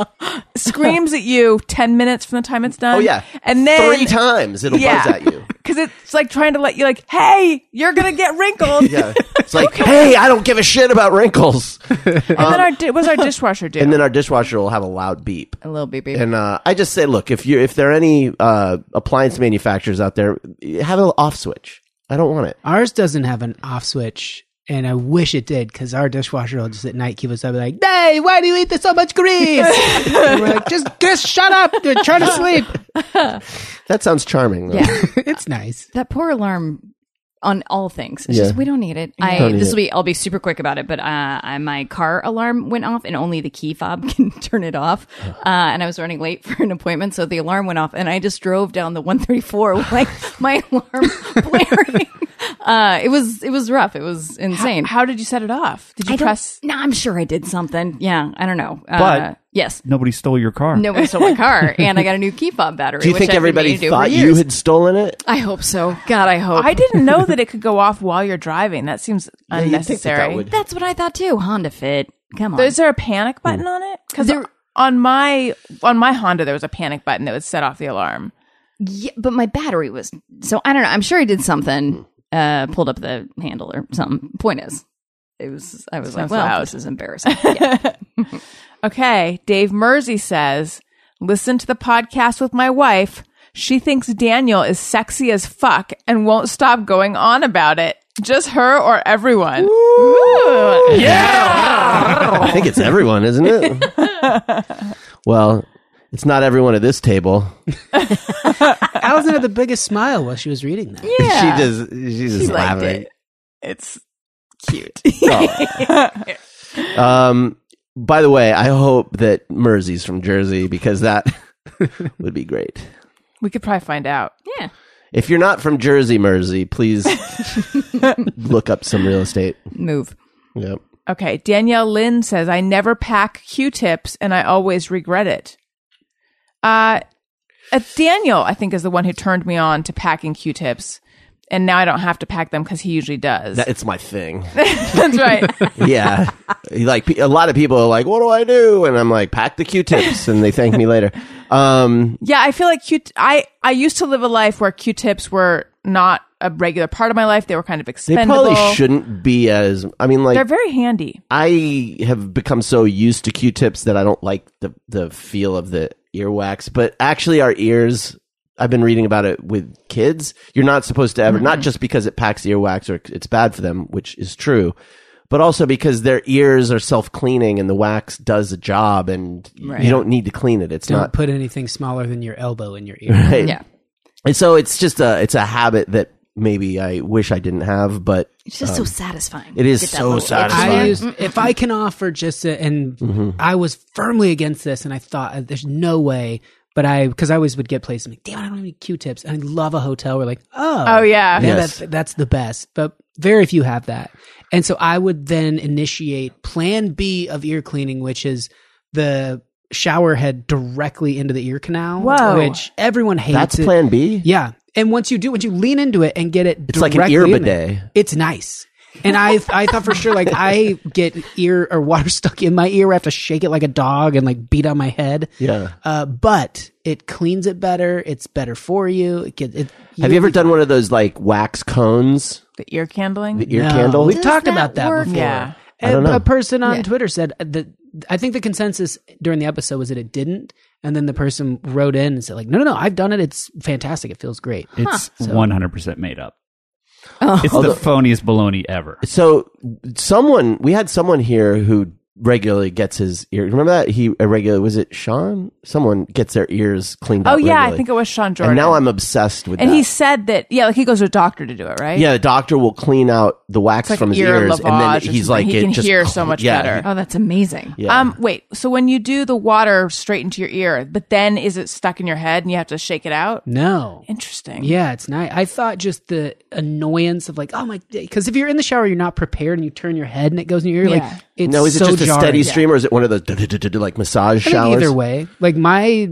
B: screams at you ten minutes from the time it's done.
A: Oh yeah,
B: and then
A: three times it'll buzz at you.
B: Because it's like trying to let you, like, hey, you're going to get wrinkled.
A: Yeah, it's like, hey, I don't give a shit about wrinkles.
B: And then our, di- what's our dishwasher do?
A: Um, And then our dishwasher will have a loud beep.
F: A little baby.
A: And uh, I just say, look, if you if there are any uh, appliance manufacturers out there, have an off switch. I don't want it.
D: Ours doesn't have an off switch, and I wish it did because our dishwasher will just at night keep us up like, "Hey, why do you eat this so much grease?" And we're like, "Just, just shut up, You're trying to sleep."
A: That sounds charming. Though.
F: yeah.
D: it's nice.
F: that poor alarm on all things. It's
A: Yeah.
F: just we don't need it. I
A: Don't need
F: this
A: it.
F: will be I'll be super quick about it, but uh I, my car alarm went off and only the key fob can turn it off. Uh and I was running late for an appointment, so the alarm went off and I just drove down the 134 with like my alarm blaring. Uh it was it was rough. It was insane.
B: How did you set it off? Did you
F: I don't-
B: press?
F: No, I'm sure I did something. Yeah, I don't know. Uh,
E: But-
F: yes.
E: Nobody stole your car.
F: No one stole my car, and I got a new key fob battery.
A: Do you
F: which
A: think
F: I've been
A: everybody
F: meaning to do
A: thought
F: for
A: you
F: years.
A: had stolen it?
F: I hope so. God, I hope.
B: I didn't know that it could go off while you're driving. That seems
A: you'd think that that
B: unnecessary.
A: would-
F: That's what I thought too. Honda Fit. Come on.
B: Is there a panic button
A: Hmm.
B: on it? Because on my on my Honda, there was a panic button that would set off the alarm.
F: Yeah, but my battery was so I don't know. I'm sure I did something.
A: Hmm.
F: Uh, pulled up the handle or something. Point is, it was I was
B: Sounds
F: like, well,
B: loud.
F: this is embarrassing. Yeah.
B: okay. Dave Mersey says, listen to the podcast with my wife. She thinks Daniel is sexy as fuck and won't stop going on about it. Just her or everyone. Ooh.
A: I think it's everyone, isn't it? well, it's not everyone at this table.
D: Allison had the biggest smile while she was reading that.
A: she just she's just
B: liked
A: laughing.
B: it. It's
A: Um, by the way, I hope that Mersey's from Jersey because that would be great.
B: we could probably find out.
F: yeah.
A: If you're not from Jersey, Mersey, please look up some real estate.
F: Move.
A: Yep.
B: Okay. Danielle Lynn says, I never pack Q tips and I always regret it. Uh, uh, Daniel, I think, is the one who turned me on to packing Q tips. And now I don't have to pack them because he usually does.
A: That, it's my thing.
B: That's right.
A: yeah. Like pe- a lot of people are like, "What do I do?" And I'm like, "Pack the Q-tips," and they thank me later. Um,
B: Yeah, I feel like Q. I I used to live a life where Q-tips were not a regular part of my life. They were kind of
A: they
B: expendable.
A: probably shouldn't be as. I mean, like
B: They're very handy.
A: I have become so used to Q-tips that I don't like the the feel of the earwax. But actually, our ears. I've been reading about it with kids. You're not supposed to ever,
D: Mm-hmm.
A: not just because it packs earwax or it's bad for them, which is true, but also because their ears are self cleaning and the wax does a job, and you don't need to clean it. It's
D: Don't
A: not
D: put anything smaller than your elbow in your ear.
A: right.
F: Yeah.
A: And so it's just a it's a habit that maybe I wish I didn't have, but
F: It's just so satisfying.
A: Um, it is
F: Get that
A: so
F: little itch.
A: satisfying.
D: I use if I can offer just a, and I was firmly against this, and I thought uh, there's no way. But I, because I always would get places, I'm like, damn, I don't have any Q-tips. And I love a hotel. We're like, oh,
B: Oh yeah.
A: Yeah.
D: Yeah,
A: Yes.
D: that, that's the best, but very few have that. And so I would then initiate plan B of ear cleaning, which is the shower head directly into the ear canal,
B: Whoa.
D: which everyone hates.
A: That's
D: it.
A: plan B.
D: Yeah. And once you do, once you lean into it and get it,
A: It's like an
D: directly
A: ear
D: in there,
A: bidet.
D: It's nice. And I, I thought for sure, like I get ear or water stuck in my ear. I have to shake it like a dog and like beat on my head.
A: Yeah.
D: Uh, but it cleans it better. It's better for you. It, get, it,
A: Have you ever done one of those like wax cones,
B: The ear candling.
A: the ear
D: No.
A: candle?
D: Uh, We've talked about that
F: work?
D: before.
B: Yeah.
A: I don't
D: A-
A: know.
D: A person on Twitter said that I think the consensus during the episode was that it didn't, and then the person wrote in and said like, "No, no, no, I've done it. It's fantastic. It feels great."
E: It's one hundred percent made up. It's the phoniest baloney ever.
A: So someone we had someone here who regularly gets his ear. Remember that he uh, regularly was it Sean? Someone gets their ears cleaned.
B: Oh
A: out
B: yeah, I
A: regularly.
B: think it was Sean Jordan.
A: And now I'm obsessed with.
B: And
A: that.
B: he said that yeah, like he goes to a doctor to do it, right?
A: yeah, the doctor will clean out the wax
B: like
A: from his
B: ear
A: ears, and then
B: lavage or
A: he's
B: something.
A: like,
B: He
A: it
B: can
A: just
B: hear
A: cl-
B: so much
A: yeah,
B: better.
F: Oh, that's amazing.
A: Yeah.
B: Um. Wait. So when you do the water straight into your ear, but then is it stuck in your head and you have to shake it out?
D: No.
B: Interesting.
D: Yeah, it's nice. I thought just the annoyance of like, oh my, because if you're in the shower, you're not prepared, and you turn your head and it goes in your ear.
B: Yeah.
D: Like, it's
A: No, is it
D: so
A: just a
D: jarring.
A: steady stream, or is it one of those duh, duh, duh, duh, duh, like massage
D: I think
A: showers?
D: either way, like my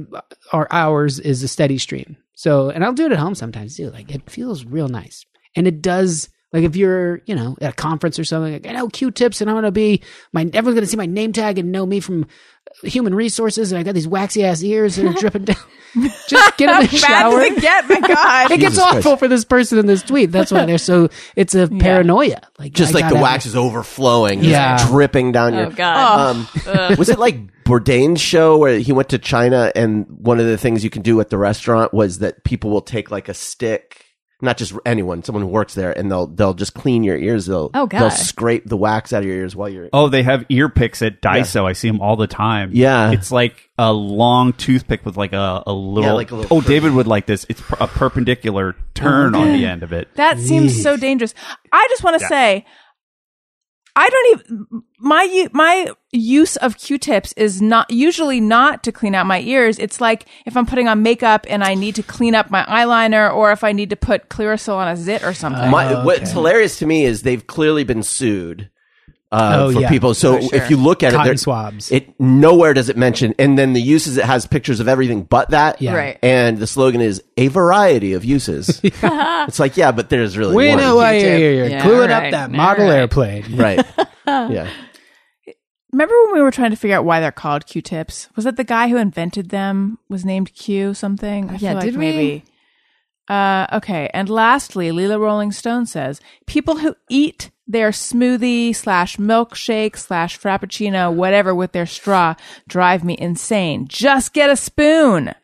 D: our hours is a steady stream. So, and I'll do it at home sometimes too. Like it feels real nice, and it does. Like if you're, you know, at a conference or something, like I know Q-tips, and I'm gonna be my everyone's gonna see my name tag and know me from human resources, and I got these waxy ass ears that are dripping down. Just get in the
B: Bad
D: shower.
B: does it get? My God.
D: It gets
A: Jesus Christ.
D: awful for this person in this tweet. That's why they're so. It's a paranoia. Like
A: just
D: I
A: like the
D: gotta-
A: wax is overflowing, just
D: Yeah.
A: dripping down your.
F: Oh God.
A: Um, was it like Bourdain's show where he went to China and one of the things you can do at the restaurant was that people will take like a stick, not just anyone, someone who works there, and they'll they'll just clean your ears. They'll
F: Oh, God.
A: they'll scrape the wax out of your ears while you're.
E: Oh, they have ear picks at Daiso. I see them all the time.
A: Yeah.
E: it's like a long toothpick with like a, a little.
A: like a little
E: oh, David would like this. It's per- a perpendicular turn on the end of it.
B: That seems so dangerous. I just want to say, I don't even my u- my use of Q-tips is not usually not to clean out my ears. It's like if I'm putting on makeup and I need to clean up my eyeliner, or if I need to put Clearasil on a zit or something.
A: My,
D: Oh,
A: What's hilarious to me is they've clearly been sued. Uh,
D: Oh,
A: for
D: yeah.
A: people, so if you look at it,
D: Cotton
A: there-
D: swabs.
A: It nowhere does it mention, and then the uses it has pictures of everything but that.
D: Yeah.
F: Right.
A: And the slogan is a variety of uses. it's like yeah, but there's really
D: We
A: one.
D: know why
F: Q-tip.
D: you're you're
F: Yeah,
D: gluing
F: right,
D: up that model
F: right.
D: airplane.
A: right. Yeah.
B: Remember when we were trying to figure out why they're called Q-tips? Was that the guy who invented them was named Q something? I
F: Yeah,
B: feel like
F: did we?
B: maybe Uh, okay. And lastly, Leela Rolling Stone says people who eat their smoothie slash milkshake slash frappuccino, whatever, with their straw drive me insane. Just get a spoon.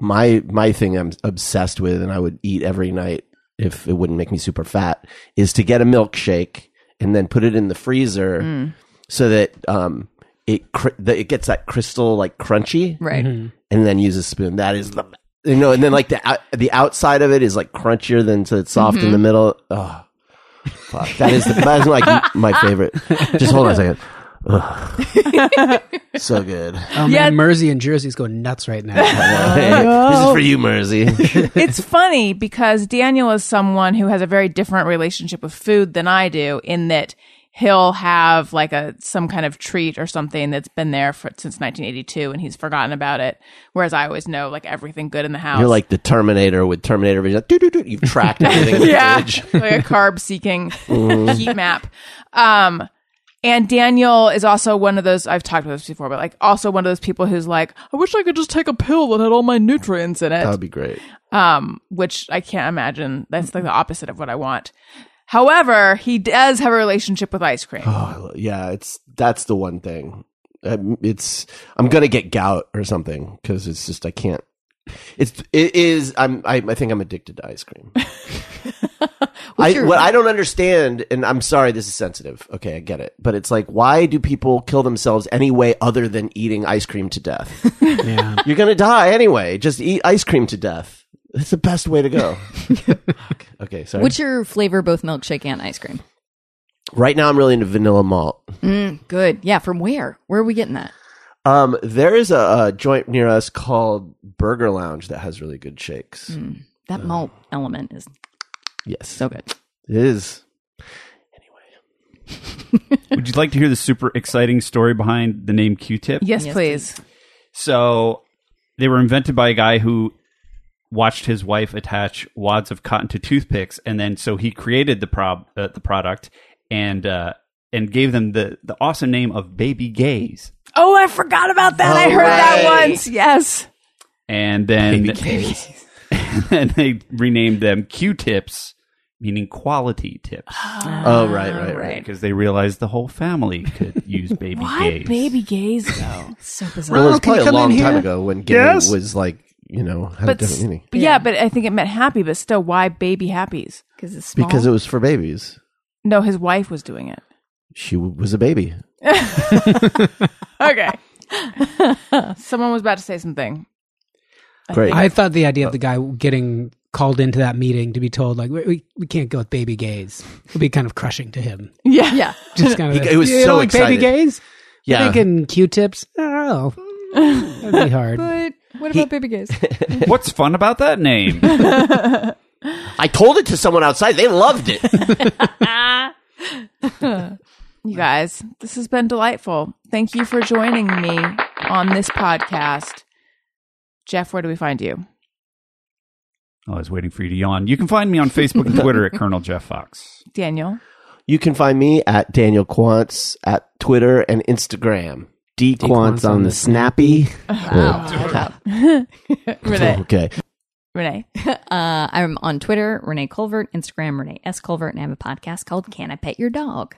A: my my thing I'm obsessed with, and I would eat every night if it wouldn't make me super fat, is to get a milkshake and then put it in the freezer so that um it cr- that it gets that crystal like crunchy,
F: Right.
A: and then use a spoon. That is the you know, and then like the out- the outside of it is like crunchier than so it's soft in the middle. Oh, fuck! That is the, that is like my favorite. Just hold on a second. Ugh. so good.
D: Oh
B: Yeah.
D: man, Mersey and Jersey's going nuts right now.
A: this is for you, Mersey.
B: it's funny because Daniel is someone who has a very different relationship with food than I do in that he'll have like a some kind of treat or something that's been there for, since 1982 and he's forgotten about it whereas I always know like everything good in the house.
A: You're like the Terminator with Terminator vision. Like, doo, doo, doo. You've tracked everything. in the
B: yeah,
A: fridge.
B: like a carb seeking
A: Mm-hmm.
B: heat map. Um, and Daniel is also one of those I've talked about this before, but like also one of those people who's like, I wish I could just take a pill that had all my nutrients in it.
A: That would be great.
B: um, which I can't imagine. That's like the opposite of what I want. However, he does have a relationship with ice cream.
A: Oh, yeah, it's that's the one thing. Um, It's I'm gonna get gout or something because it's just I can't. It's it is I'm I, I think I'm addicted to ice cream. I what I don't understand, and I'm sorry, this is sensitive. Okay, I get it, but it's like why do people kill themselves any way other than eating ice cream to death?
D: yeah.
A: You're gonna die anyway. Just eat ice cream to death. That's the best way to go. okay, sorry.
F: What's your flavor, both milkshake and ice cream?
A: Right now, I'm really into vanilla malt.
F: Mm, good. Yeah. From where? Where are we getting that?
A: Um, there is a, a joint near us called Burger Lounge that has really good shakes.
D: Mm.
F: That
A: Uh.
F: malt element is
A: Yes,
F: so good.
A: it is.
E: Would you like to hear the super exciting story behind the name Q-Tip?
B: Yes,
F: Yes,
B: please.
E: So they were invented by a guy who watched his wife attach wads of cotton to toothpicks, and then so he created the prob uh, the product and uh, and gave them the the awesome name of Baby Gays.
B: Oh, I forgot about that. I
A: Oh,
B: heard that
A: right.
B: once. Yes.
E: And then and then they renamed them Q-Tips, meaning quality tips,
A: Oh, right, right, right.
E: because they realized the whole family could use Baby
B: Why
E: Gays.
B: baby gays though?
F: So
A: Well,
F: bizarre.
A: it was
D: can
A: probably a
D: you come in
A: long time
D: here?
A: ago when gay
E: Yes.
A: was like you know had a
B: but s-
A: different meaning
B: but yeah. but I think it meant happy. But still, why baby happies?
F: Because it's small.
A: because it was for babies.
B: No, his wife was doing it.
A: She w- was a baby.
B: Okay. Someone was about to say something.
A: Great.
D: I thought the
A: Oh.
D: idea of the guy getting called into that meeting to be told like we, we, we can't go with baby gays would be kind of crushing to him.
B: Yeah.
F: yeah.
D: Just kind of
A: He- he was
D: "You don't
A: so
D: like baby
A: excited.
D: gays. We're
A: Yeah.
D: Thinking Q-tips. Oh, that'd be hard.
F: But what about baby gays?
E: What's fun about that name?
A: I told it to someone outside. They loved it.
B: You guys, this has been delightful. Thank you for joining me on this podcast. Jeff, where do we find you?
E: Oh, I was waiting for you to yawn. You can find me on Facebook and Twitter at Colonel Jeff Fox.
B: Daniel.
A: you can find me at Daniel Quants at Twitter and Instagram. D Quants on the Snappy.
B: Renee.
A: Okay.
B: Renee.
F: Uh, I'm on Twitter, Renee Culvert, Instagram, Renee S. Culvert, and I have a podcast called Can I Pet Your Dog?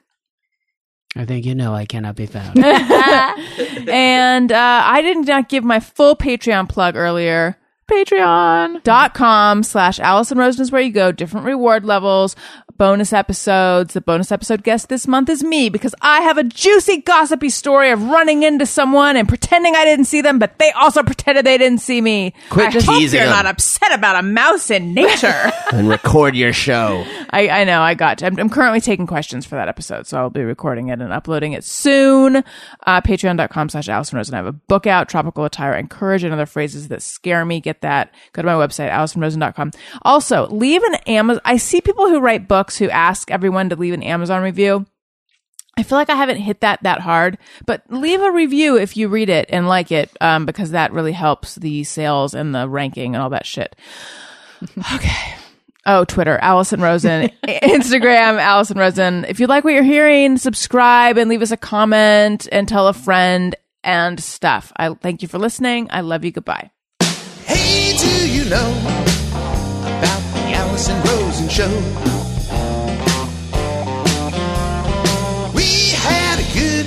D: I think you know I cannot be found.
B: and uh, I did not give my full Patreon plug earlier. Patreon.com slash Allison Rosen is where you go. Different reward levels, bonus episodes. The bonus episode guest this month is me because I have a juicy, gossipy story of running into someone and pretending I didn't see them, but they also pretended they didn't see me.
A: Quit
B: I hope
A: teasing
B: you're
A: them.
B: not upset about a mouse in nature.
A: And record your show.
B: I, I know I got to. I'm, I'm currently taking questions for that episode, so I'll be recording it and uploading it soon. Uh, Patreon.com slash Allison Rosen. I have a book out, Tropical Attire and Courage and Other Phrases That Scare Me. Get that. Go to my website, AllisonRosen.com. Also, leave an Amazon. I see people who write books who ask everyone to leave an Amazon review. I feel like I haven't hit that that hard, but leave a review if you read it and like it, um, because that really helps the sales and the ranking and all that shit. Oh, Twitter, Allison Rosen, Instagram, Allison Rosen. If you like what you're hearing, subscribe and leave us a comment and tell a friend and stuff. I thank you for listening. I love you. Goodbye.
H: Hey, do you know Allison Rosen show. We had a good